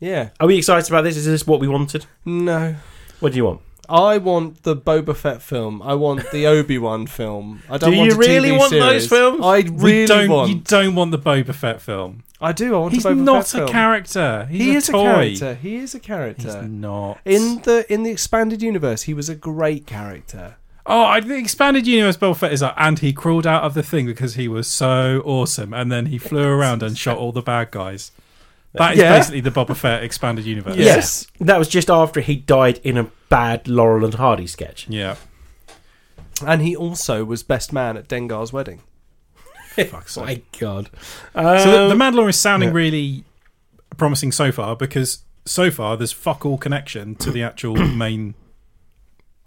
Yeah.
Are we excited about this? Is this what we wanted?
No.
What do you want?
I want the Boba Fett film. I want
<laughs>
the Obi Wan film. I don't
Do
want
you
a
really
TV
want
series.
those films?
I
We
really
don't.
want.
You don't want the Boba Fett film.
I do. I want
He's
a Boba
not
Fett
a
film.
character. He's a
He is a
toy.
character. He is a
He's
character.
not.
In the in the expanded universe, he was a great character.
Oh, I, the expanded universe Boba Fett is like, and he crawled out of the thing because he was so awesome, and then he flew around and shot all the bad guys. That is
Yeah.
basically the Boba Fett expanded universe.
Yeah. Yes.
That was just after he died in a bad Laurel and
<laughs>
Hardy sketch.
Yeah.
And he also was best man at Dengar's wedding. Oh,
Fuck's sake.
My God.
Um,
Um,
So the, the Mandalorian is sounding really promising so far because so far there's fuck all connection to the
<coughs>
actual main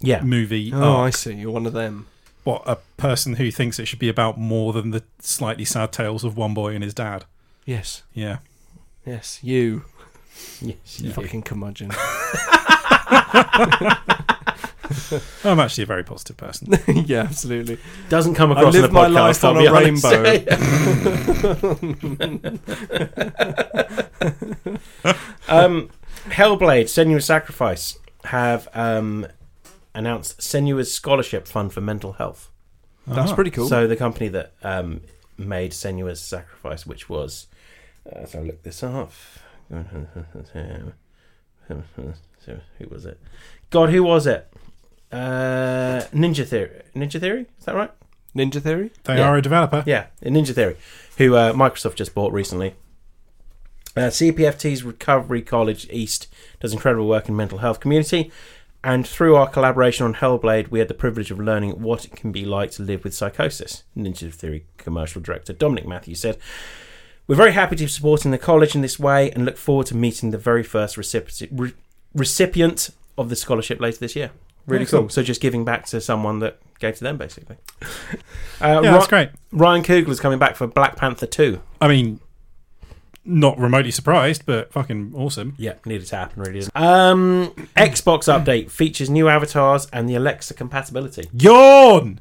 Yeah.
movie.
Oh,
arc.
I see. You're one of them.
What a person who thinks it should be about more than the slightly sad tales of one boy and his dad.
Yes.
Yeah,
Yes. You.
Yes,
you
you do.
Fucking
<laughs>
curmudgeon. <laughs>
I'm actually a very positive person.
yeah, absolutely.
Doesn't come
I
across in
live
the
my
podcast.
life
I'll
on
be
a
honest.
rainbow.
<laughs> um, Hellblade, Senua's Sacrifice have um, announced Senua's Scholarship Fund for Mental Health.
That's
Ah.
pretty cool.
So the company that um, made Senua's Sacrifice, which was, uh, so I look this up. <laughs> who was it? God, who was it? Uh, Ninja Theory. Ninja Theory? Is that right?
Ninja Theory?
They
Yeah.
are a developer.
Yeah, Ninja Theory, who uh, Microsoft just bought recently. Uh, CPFT's Recovery College East does incredible work in mental health community, and through our collaboration on Hellblade, we had the privilege of learning what it can be like to live with psychosis. Ninja Theory commercial director Dominic Matthews said. We're very happy to be supporting the college in this way and look forward to meeting the very first recipient, re- recipient of the scholarship later this year. Really cool.
Excellent.
So just giving back to someone that gave to them,
<laughs>
basically. Uh,
yeah,
Ro-
that's great.
Ryan Coogler's coming back for Black Panther 2.
I mean, not remotely surprised, but fucking awesome.
Yeah, needed to happen, really. Isn't it? Um, Xbox update features new avatars and the Alexa compatibility.
Yawn.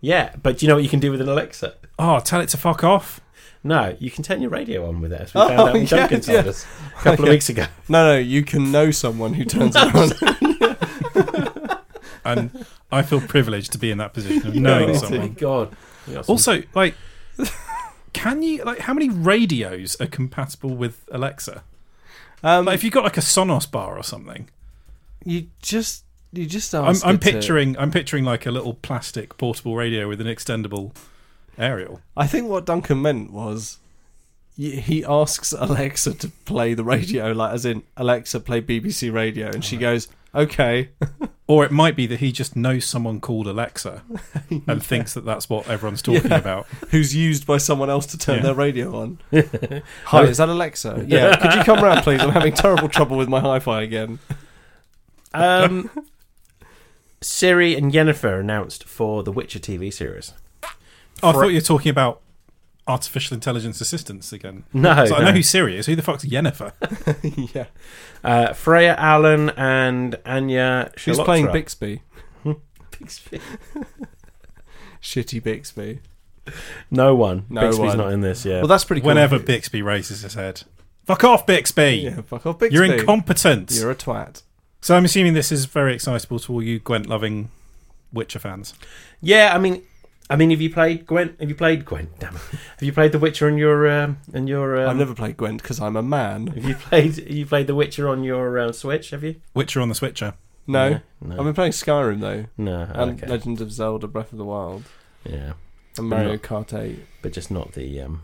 Yeah, but do you know what you can do with an Alexa?
Oh, tell it to fuck off.
No, you can turn your radio on with it. As we
Oh,
found out when
yeah,
Duncan told
yeah.
us a couple of
Yeah.
weeks ago.
No, no, you can know someone
<laughs>
who turns around.
And I feel privileged to be in that position of
oh,
knowing
my
someone.
God. We got some-
Also, like, can you like how many radios are compatible with Alexa?
Um,
Like, if you got like a Sonos bar or something,
you just, you just
I'm,
ask.
I'm
it to-
picturing I'm picturing like a little plastic portable radio with an extendable aerial.
I think what Duncan meant was y- he asks Alexa to play the radio, like as in Alexa play BBC Radio, and she goes, "Okay."
Or it might be that he just knows someone called
<laughs>
Alexa and thinks that that's what everyone's talking about.
Who's used by someone else to turn
Yeah.
their radio
<laughs>
on? Hi, is that <laughs> Alexa? Yeah. Could you come round, please? I'm having terrible trouble with my hi-fi again.
Um, Siri and Yennefer announced for the Witcher TV series.
Oh, I
For-
thought you were talking about artificial intelligence assistants again.
<laughs>
Hmm.
No,
So I
no.
know who Siri is. Who the fuck's Yennefer?
<laughs> yeah.
Uh, Freya Allen and Anya.
Who's playing
Shalotra.
Bixby? Shitty Bixby.
No one.
No
Bixby's
one.
not in this. Yeah.
Well, that's pretty. cool.
Whenever Bixby raises his head, fuck off, Bixby.
yeah, fuck off, Bixby.
You're incompetent.
You're a twat.
So I'm assuming this is very excitable to all you Gwent loving Witcher fans.
Yeah, I mean, I mean, have you played Gwent? Have you played Gwent? Damn it! Have you played The Witcher on your um, on your? Um,
I've never played Gwent because I'm a man.
Have you played? have you played The Witcher on your uh, Switch? Have you?
Witcher on the Switcher.
No,
Yeah,
I've
no,
been playing Skyrim though,
no. oh,
and
okay.
Legend of Zelda: Breath of the Wild,
yeah,
and
But
Mario
not-
Kart 8.
but just not the um,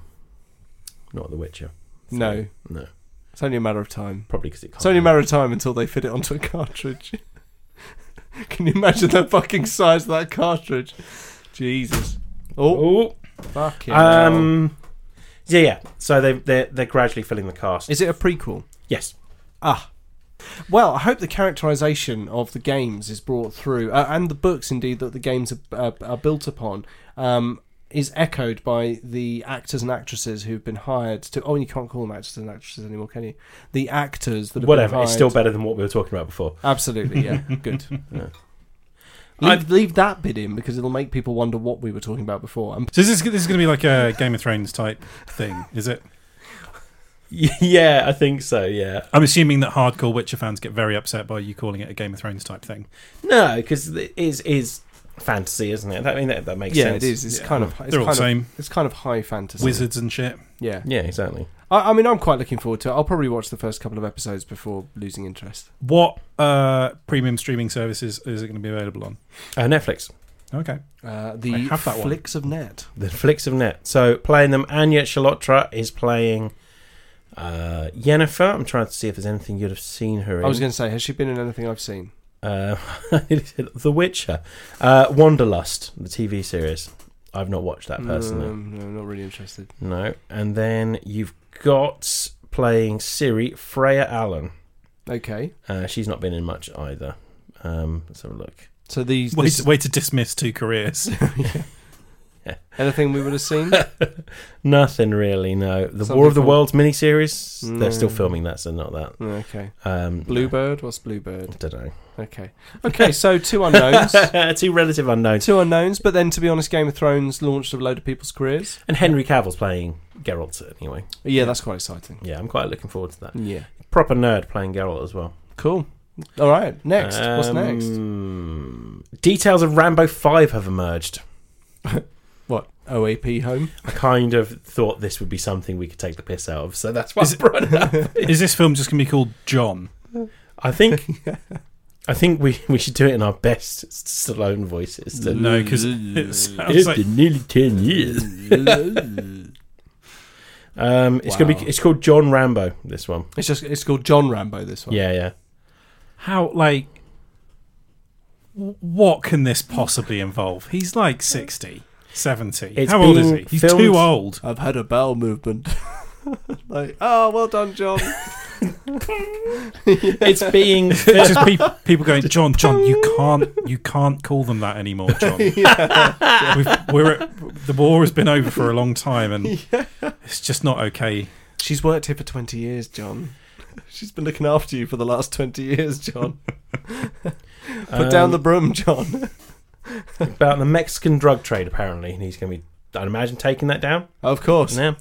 not The Witcher.
No,
No,
it's only a matter of time.
probably because it can't.
It's only a
be-
matter of time until they fit it onto a cartridge. <laughs> Can you imagine the fucking size of that cartridge? Jesus. Oh,
Oh,
fucking hell.
um, yeah, yeah. So they they're they're gradually filling the cast.
Is it a prequel?
yes,
Ah. Well, I hope the characterization of the games is brought through, uh, and the books indeed that the games are, uh, are built upon, um, is echoed by the actors and actresses who've been hired to. Oh, you can't call them actors and actresses anymore, can you? The actors that have
whatever.
Been
It's
hired-
still better than what we were talking about before.
Absolutely,
<laughs>
yeah, good.
Yeah.
Leave, leave that bit in because it'll make people wonder what we were talking about before. And
So is this, this is going to be like a Game of Thrones type thing, is it?
yeah, I think so. Yeah.
I'm assuming that hardcore Witcher fans get very upset by you calling it a Game of Thrones type thing.
No, because it is is fantasy, isn't it? I mean, that, that makes
yeah,
sense.
it is. It's
Yeah.
kind of it's
They're all
kind
the
of
same.
it's kind of high fantasy.
Wizards and shit.
Yeah,
Yeah, exactly.
I, I mean, I'm quite looking forward to it. I'll probably watch the first couple of episodes before losing interest.
What uh, premium streaming services is it going to be available on?
Uh, Netflix,
Okay.
Uh,
I
the
have that one.
flicks of net.
the flicks of net. So playing them, Anya Shalotra is playing uh, Yennefer. I'm trying to see if there's anything you'd have seen her in.
I was going to say, has she been in anything I've seen?
uh, <laughs> the Witcher, uh, Wanderlust, the TV series.
Mm.
I've not watched that personally.
no, no, not really interested.
No, and then you've got playing Siri Freya Allen.
Okay.
Uh, she's not been in much either. Um, let's have a look.
So these
Way
this
to, way to dismiss two careers.
anything we would have seen?
Nothing really. No, the
Something
War of the
from-
Worlds miniseries. They're still
No.
filming that, so not that.
okay.
Um,
Bluebird. What's <laughs> Bluebird?
don't know.
Okay. Okay. So two
<laughs>
unknowns.
Two relative unknowns.
two unknowns. But then, to be honest, Game of Thrones launched a load of people's careers.
And Henry Cavill's playing Geralt anyway.
Yeah, that's quite exciting.
Yeah, I'm quite looking forward to that.
Yeah.
Proper nerd playing Geralt as well.
Cool. All right. Next. What's next?
Um, Details of Rambo 5 have emerged.
What? OAP home.
I kind of thought this would be something we could take the piss out of, so that's why
Is
I brought it up.
<laughs> Is this film just going to be called John?
I think I think we, we should do it in our best Stallone voices. to-
No, because it sounds
It's
like
been nearly ten years.
it's
<laughs> Um, it's gonna
Wow.
be. It's called John Rambo. This one.
just it's called John Rambo. This one.
Yeah, yeah.
how like w- what can this possibly involve? He's like 60, 70.
It's
how old is
been
he? He's
filmed-
too <laughs> old.
I've had a bowel movement. <laughs> like, oh, well done, John.
<laughs> It's being.
It's just people, people going, John, John, you can't, you can't call them that anymore, <laughs> John. We've, we're at, the war has been over for a long time, and <laughs> it's just not okay.
She's worked here for 20 years, John. <laughs> She's been looking after you for the last 20 years, John. Put
Um,
down the broom, John.
about the Mexican drug trade apparently, and he's gonna be. I'd imagine taking that down.
of course.
Yeah.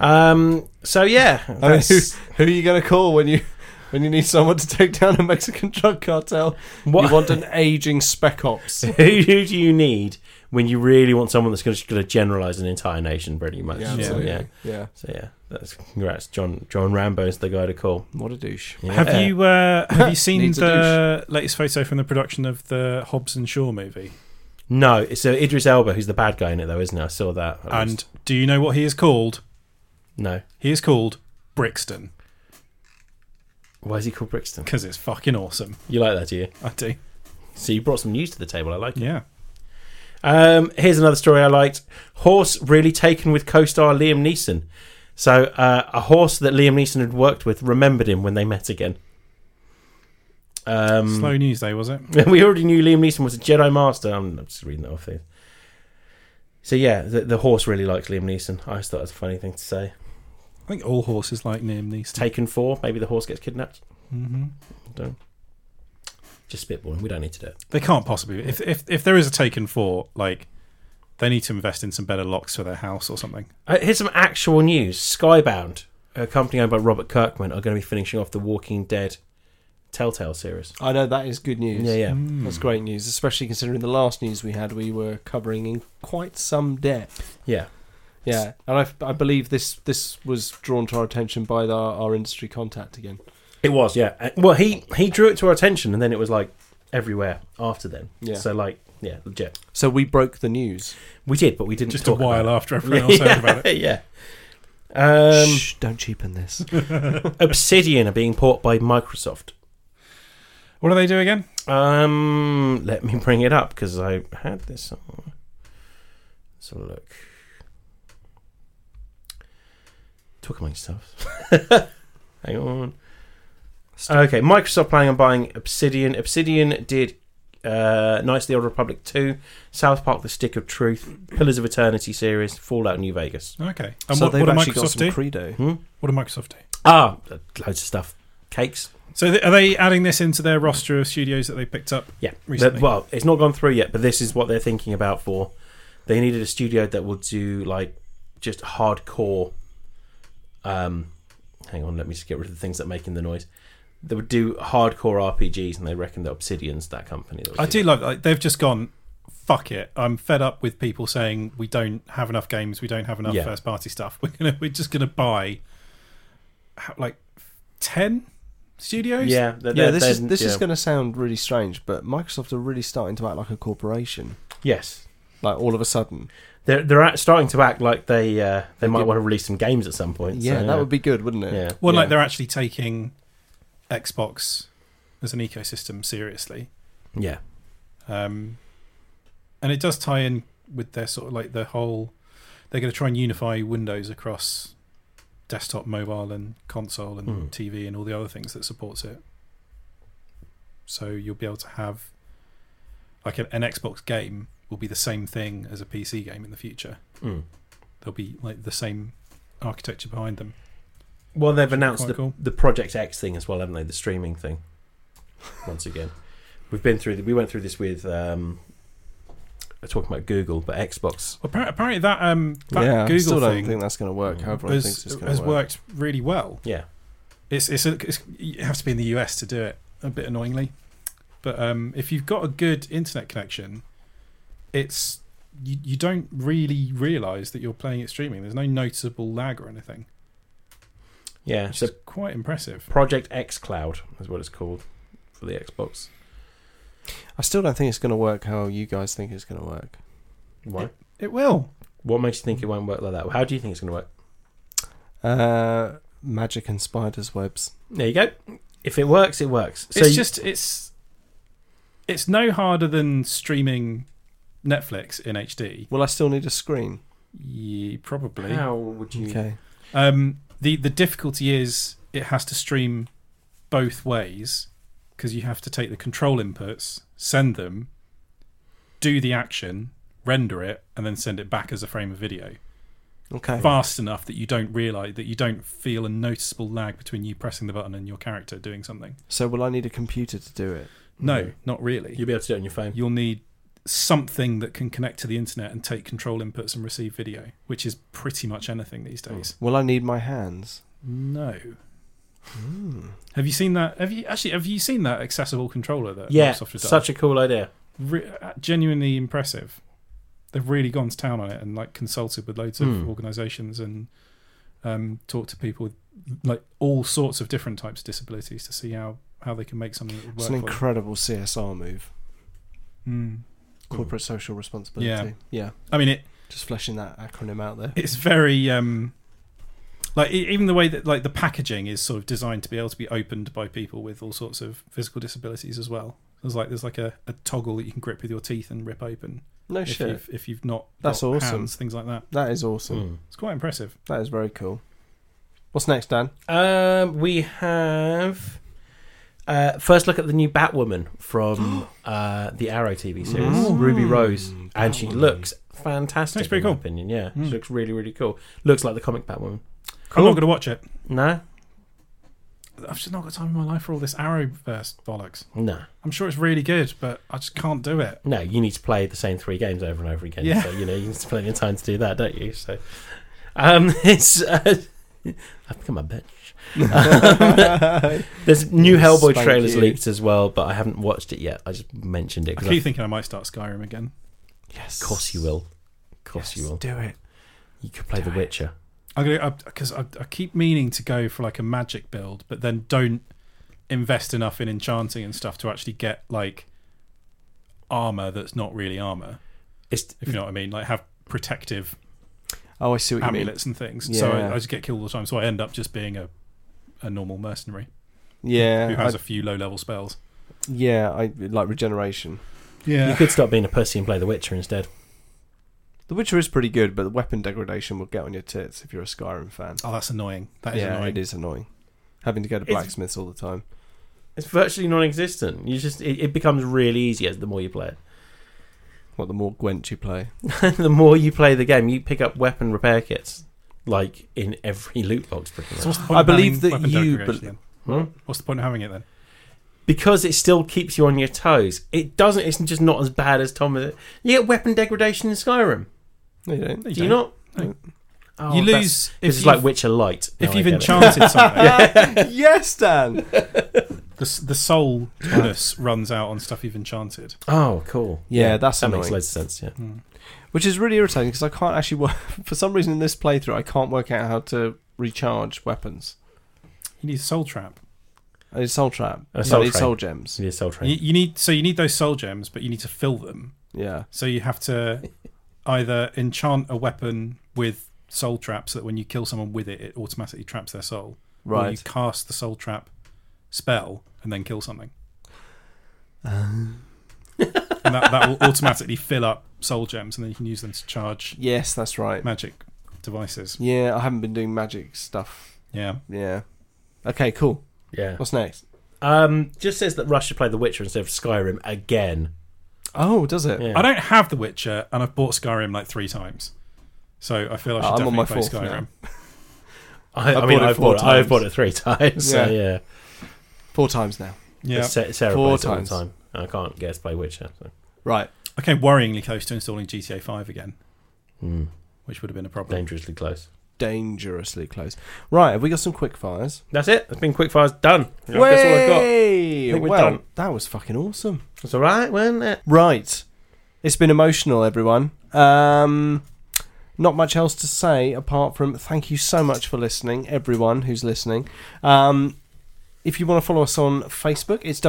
Um. So <laughs> yeah.
I mean,
that's-
who, who are you going to call when you when you need someone to take down a Mexican <laughs> drug cartel?
What-
You want an aging spec ops.
<laughs> who, who do you need when you really want someone that's going to generalize an entire nation, <laughs> pretty much?
Yeah,
so,
absolutely.
yeah.
Yeah. yeah.
So yeah, that's congrats, John. John Rambo's the guy to call.
What a douche.
Yeah.
Have you uh, have you seen
Needs a
the latest photo from the production of the Hobbs and Shaw movie?
No, so Idris Elba, who's the bad guy in it, though, isn't he? I saw that. at
And
least.
do you know what he is called?
no,
He is called Brixton
why is he called Brixton?
because it's fucking awesome.
You like that, do you?
I do.
So you brought some news to the table. I like it.
Yeah.
Um, here's another story I liked. Horse really taken with co-star Liam Neeson. So uh, a horse that Liam Neeson had worked with remembered him when they met again. Um,
Slow news day, was it?
<laughs> we already knew Liam Neeson was a Jedi Master. I'm, I'm just reading that off here. So yeah, the, the horse really likes Liam Neeson. I just thought it was a funny thing to say.
I think all horses like Liam Neeson.
Taken for maybe the horse gets kidnapped.
hmm
Just spitballing. We don't need to do it.
They can't possibly. If, if if there is a Taken Four, like they need to invest in some better locks for their house or something.
Uh, here's some actual news. Skybound, a company owned by Robert Kirkman, are going to be finishing off the Walking Dead Telltale series.
I know that is good news.
Yeah, yeah.
Mm.
That's great news, especially considering the last news we had, we were covering in quite some depth.
Yeah.
Yeah, and I, I believe this this was drawn to our attention by the, our industry contact again.
It was, yeah. Uh, Well, he he drew it to our attention, and then it was like everywhere after then.
Yeah.
So like, yeah, legit.
So we broke the news.
We did, but we didn't
Just a
talk about
while
it.
after everyone else heard about it. <laughs>
<laughs> yeah. Um,
Shh, don't cheapen this.
Obsidian are being bought by Microsoft.
What do they do again?
Um, let me bring it up because I had this. somewhere. Let's have a look. Talk amongst yourselves. <laughs> Hang on. Okay, Microsoft planning on buying Obsidian. Obsidian did uh, Knights of the Old Republic 2, South Park The Stick of Truth, Pillars of Eternity series, Fallout New Vegas.
Okay. And
so
what,
they've
what do
actually got
Microsoft
some
do?
credo.
Hmm?
what do Microsoft do?
Ah, loads of stuff. Cakes.
So th- are they adding this into their roster of studios that they picked up?
Yeah,
recently.
But- well, it's not gone through yet, but this is what they're thinking about for. They needed a studio that will do like just hardcore. Um, hang on, let me just get rid of the things that are making the noise. They would do hardcore RPGs, and they reckon that Obsidian's that company. That would
I do love like, they've just gone. Fuck it! I'm fed up with people saying we don't have enough games, we don't have enough
Yeah.
first party stuff. <laughs> We're gonna we're just gonna buy how- like ten studios.
Yeah, they're-
Yeah,
they're-
this is
they're-
this is
yeah.
going to sound really strange, but Microsoft are really starting to act like a corporation.
Yes,
Like all of a sudden,
they're they're at, starting to act like they uh, they might
give-
want to release some games at some point.
yeah,
so,
that would be good, wouldn't it?
Yeah.
Well, like
Yeah.
they're actually taking Xbox as an ecosystem seriously,
yeah.
um, and it does tie in with their sort of like the whole. They're going to try and unify Windows across desktop, mobile, and console, and
Hmm.
TV, and all the other things that supports it. So you'll be able to have like an, an Xbox game will be the same thing as a PC game in the future.
Mm.
They'll be like the same architecture behind them.
Well, they've announced
quite
the,
cool.
the Project X thing as well, haven't they? The streaming thing. Once again, we've been through. The, we went through this with um, we're talking about Google, but Xbox.
Well, appar- apparently that um that
yeah, I still
Google
don't
thing
think that's going to work.
Mm.
However, I think
has,
it's going
has
to work.
worked really well.
Yeah,
It's it's, a, it's you have to be in the US to do it a bit annoyingly, but um, if you've got a good internet connection, it's you, you don't really realize that you're playing it streaming. There's no noticeable lag or anything,
yeah.
which
So
is quite impressive.
Project X Cloud is what it's called for the Xbox.
I still don't think it's going to work how you guys think it's going to work.
Why?
It will.
What makes you think it won't work like that? How do you think it's going to work?
Uh, magic and spiders webs.
There you go. If it works, it works. So
it's
you-
just it's it's no harder than streaming Netflix in HD.
Will I still need a screen?
Yeah, probably.
how would you?
Okay.
Um, the the difficulty is it has to stream both ways because you have to take the control inputs, send them, do the action, render it, and then send it back as a frame of video
Okay.
fast enough that you don't realize that you don't feel a noticeable lag between you pressing the button and your character doing something.
So will I need a computer to do it?
No,
No.
not really.
You'll be able to do it on your phone.
You'll need something that can connect to the internet and take control inputs and receive video, which is pretty much anything these days.
Will I need my hands?
No.
Hmm.
Have you seen that? Have you actually? Have you seen that accessible controller that
Yeah,
Microsoft has
such a cool idea.
done? Re- uh, genuinely impressive. They've really gone to town on it and like consulted with loads
Hmm.
of organisations and um, talked to people with like all sorts of different types of disabilities to see how how they can make something that would work.
It's an
for them.
incredible CSR move.
Hmm.
Corporate social responsibility. Yeah.
I mean, it
Just fleshing that acronym out there.
it's very um, like e- even the way that like the packaging is sort of designed to be able to be opened by people with all sorts of physical disabilities as well. There's like there's like a, a toggle that you can grip with your teeth and rip open.
No
if
shit.
you've if you've not
That's
got
awesome.
hands, things like that.
That is awesome.
Hmm.
It's quite impressive.
That is very cool. What's next, Dan?
Um, we have uh, first look at the new Batwoman
<gasps>
from uh, the Arrow TV series,
Mm.
Oh, Ruby Rose,
Mm,
Hmm. and she
Batwoman. <laughs>
<laughs> looks fantastic.
Looks pretty
in my
cool.
Opinion, yeah,
Mm.
she looks really, really cool. Looks like the comic Batwoman.
I'm not going to watch it.
No,
I've just not got time in my life for all this Arrowverse bollocks.
no,
I'm sure it's really good, but I just can't do it.
no. You need to play the same three games over and over again.
Yeah.
So you know you need plenty of time to do that, don't you? So, um, <laughs> it's uh, I've become a bitch. There's new
You
Hellboy
spank
trailers
you.
leaked as well, but I haven't watched it yet. I just mentioned it
I
because,
keep thinking I might start Skyrim again.
yes.
of course, you will. Of course, you will.
Do it.
You could play
Do it.
The Witcher.
I'm gonna because I, I keep meaning to go for like a magic build, but then don't invest enough in enchanting and stuff to actually get like armor that's not really armor.
It's
Hmm.
If you know what I mean, like have protective
Oh, I see what you mean.
amulets and things. So I,
Yeah.
I just get killed all the time. So I end up just being a a normal mercenary who
Yeah.
has
I-
a few low level spells.
yeah, I like regeneration.
you
Yeah,
could stop being a pussy and play The Witcher instead.
The Witcher is pretty good, but the weapon degradation will get on your tits if you're a Skyrim fan.
Oh, that's annoying. That is
yeah,
annoying.
it is annoying. Having to go to
It's-
blacksmiths all the time.
It's virtually non-existent. You just it, it becomes really easy as the more you play
What the more Gwent you play?
it. <laughs> the more you play the game, you pick up weapon repair kits like in every loot box, pretty
So what's
much.
the point
I
of
believe
having
that
weapon
you
degradation
bel-
then?
Hmm?
What's the point of having it then?
Because it still keeps you on your toes. It doesn't. It's just not as bad as Tom. Is it? You get weapon degradation in Skyrim.
No, you don't. <laughs>
No, you
Do
don't.
you not?
No.
Oh,
you
that's-
lose
This
if
is
you've,
like Witcher Light.
if
Now I
you've
get it.
enchanted something.
Uh, yes, Dan.
The s- the soul bonus runs out on stuff you've enchanted.
<laughs> Oh, cool.
Yeah, that's
that
annoying.
makes loads of sense. Yeah.
Mm.
Which is really irritating because I can't actually work. <laughs> For some reason, in this playthrough, I can't work out how to recharge weapons.
You need a soul trap.
I need soul trap.
A soul
I need
train.
soul gems.
Yeah, soul train.
You, you need so you need those soul gems, but you need to fill them.
Yeah.
So you have to either enchant a weapon with soul trap, so that when you kill someone with it, it automatically traps their soul. Or you
Right.
cast the soul trap spell and then kill something,
Uh-huh.
and that, that will automatically fill up soul gems, and then you can use them to charge
yes, that's right.
magic devices.
Yeah, I haven't been doing magic stuff.
Yeah.
Yeah. Okay, cool.
Yeah.
What's next?
Um, just says that Rush should play The Witcher instead of Skyrim again.
Oh, does it?
Yeah.
I don't have The Witcher, and I've bought Skyrim like three times, so I feel I should
I'm on
definitely
my
play
fourth
Skyrim.
I, I
I've
mean,
bought it
I've
four
bought it, I've
times.
bought it three <laughs> times. So,
Yeah.
yeah.
Four times now.
Yeah,
Sa- Sarah
Four
plays it all the
times.
time. I can't get her to play Witcher. So.
Right.
I came worryingly close to installing GTA Five again,
Mm,
which would have been a problem.
dangerously close.
Dangerously close. Right, have we got some quick fires?
That's it. It's been quickfires done. That's all I've got.
Way!
I think we're
Well,
done.
that was fucking awesome.
It's all right, wasn't it?
Right. It's been emotional, everyone. Um, not much else to say apart from thank you so much for listening, everyone who's listening. Um, if you want to follow us on Facebook, it's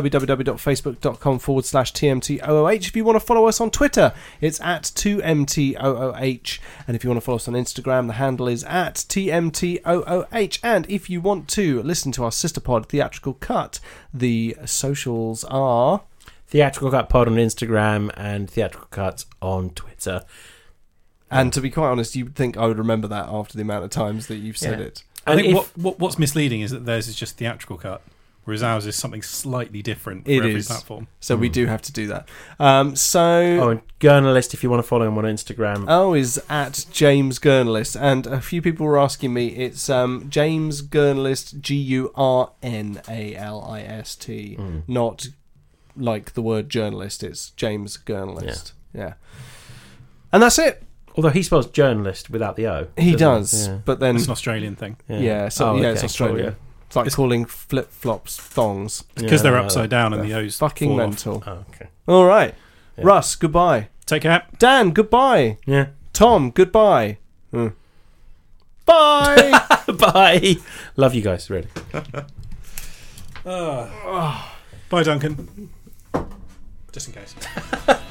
www.facebook.com forward slash TMTOOH. If you want to follow us on Twitter, it's at 2MTOOH. And if you want to follow us on Instagram, the handle is at TMTOOH. And if you want to listen to our sister pod, Theatrical Cut, the socials are.
Theatrical Cut Pod on Instagram and Theatrical Cuts on Twitter.
And to be quite honest, you'd think I would remember that after the amount of times that you've said
Yeah.
it.
I
And
think
if-
what, what what's misleading is that theirs is just theatrical cut, whereas ours is something slightly different
It
for every
is.
platform.
So we
Hmm.
do have to do that. Um, so
Oh, and Journalist, if you want to follow him on Instagram.
O is at James Gurnlist, and a few people were asking me. It's um, James Gurnlist, G U R N A L I S T,
Mm.
not like the word journalist. It's James Gurnlist. Yeah. And that's it.
Although he spells journalist without the O.
He
doesn't
does,
Yeah.
but then
It's an Australian thing.
yeah, so,
Oh,
yeah,
okay,
it's
cool,
Australian. It's like
It's-
calling flip flops thongs.
yeah.
because
Yeah,
they're
I like
upside down and the
They're
O's
Fucking
fall off.
mental.
that. Oh, okay.
All right,
Yeah.
Russ. Goodbye.
Take care.
Dan, goodbye.
Yeah.
Tom, goodbye. Hmm. Bye.
<laughs> Bye. Love you guys, really.
Bye, Duncan. Just in case.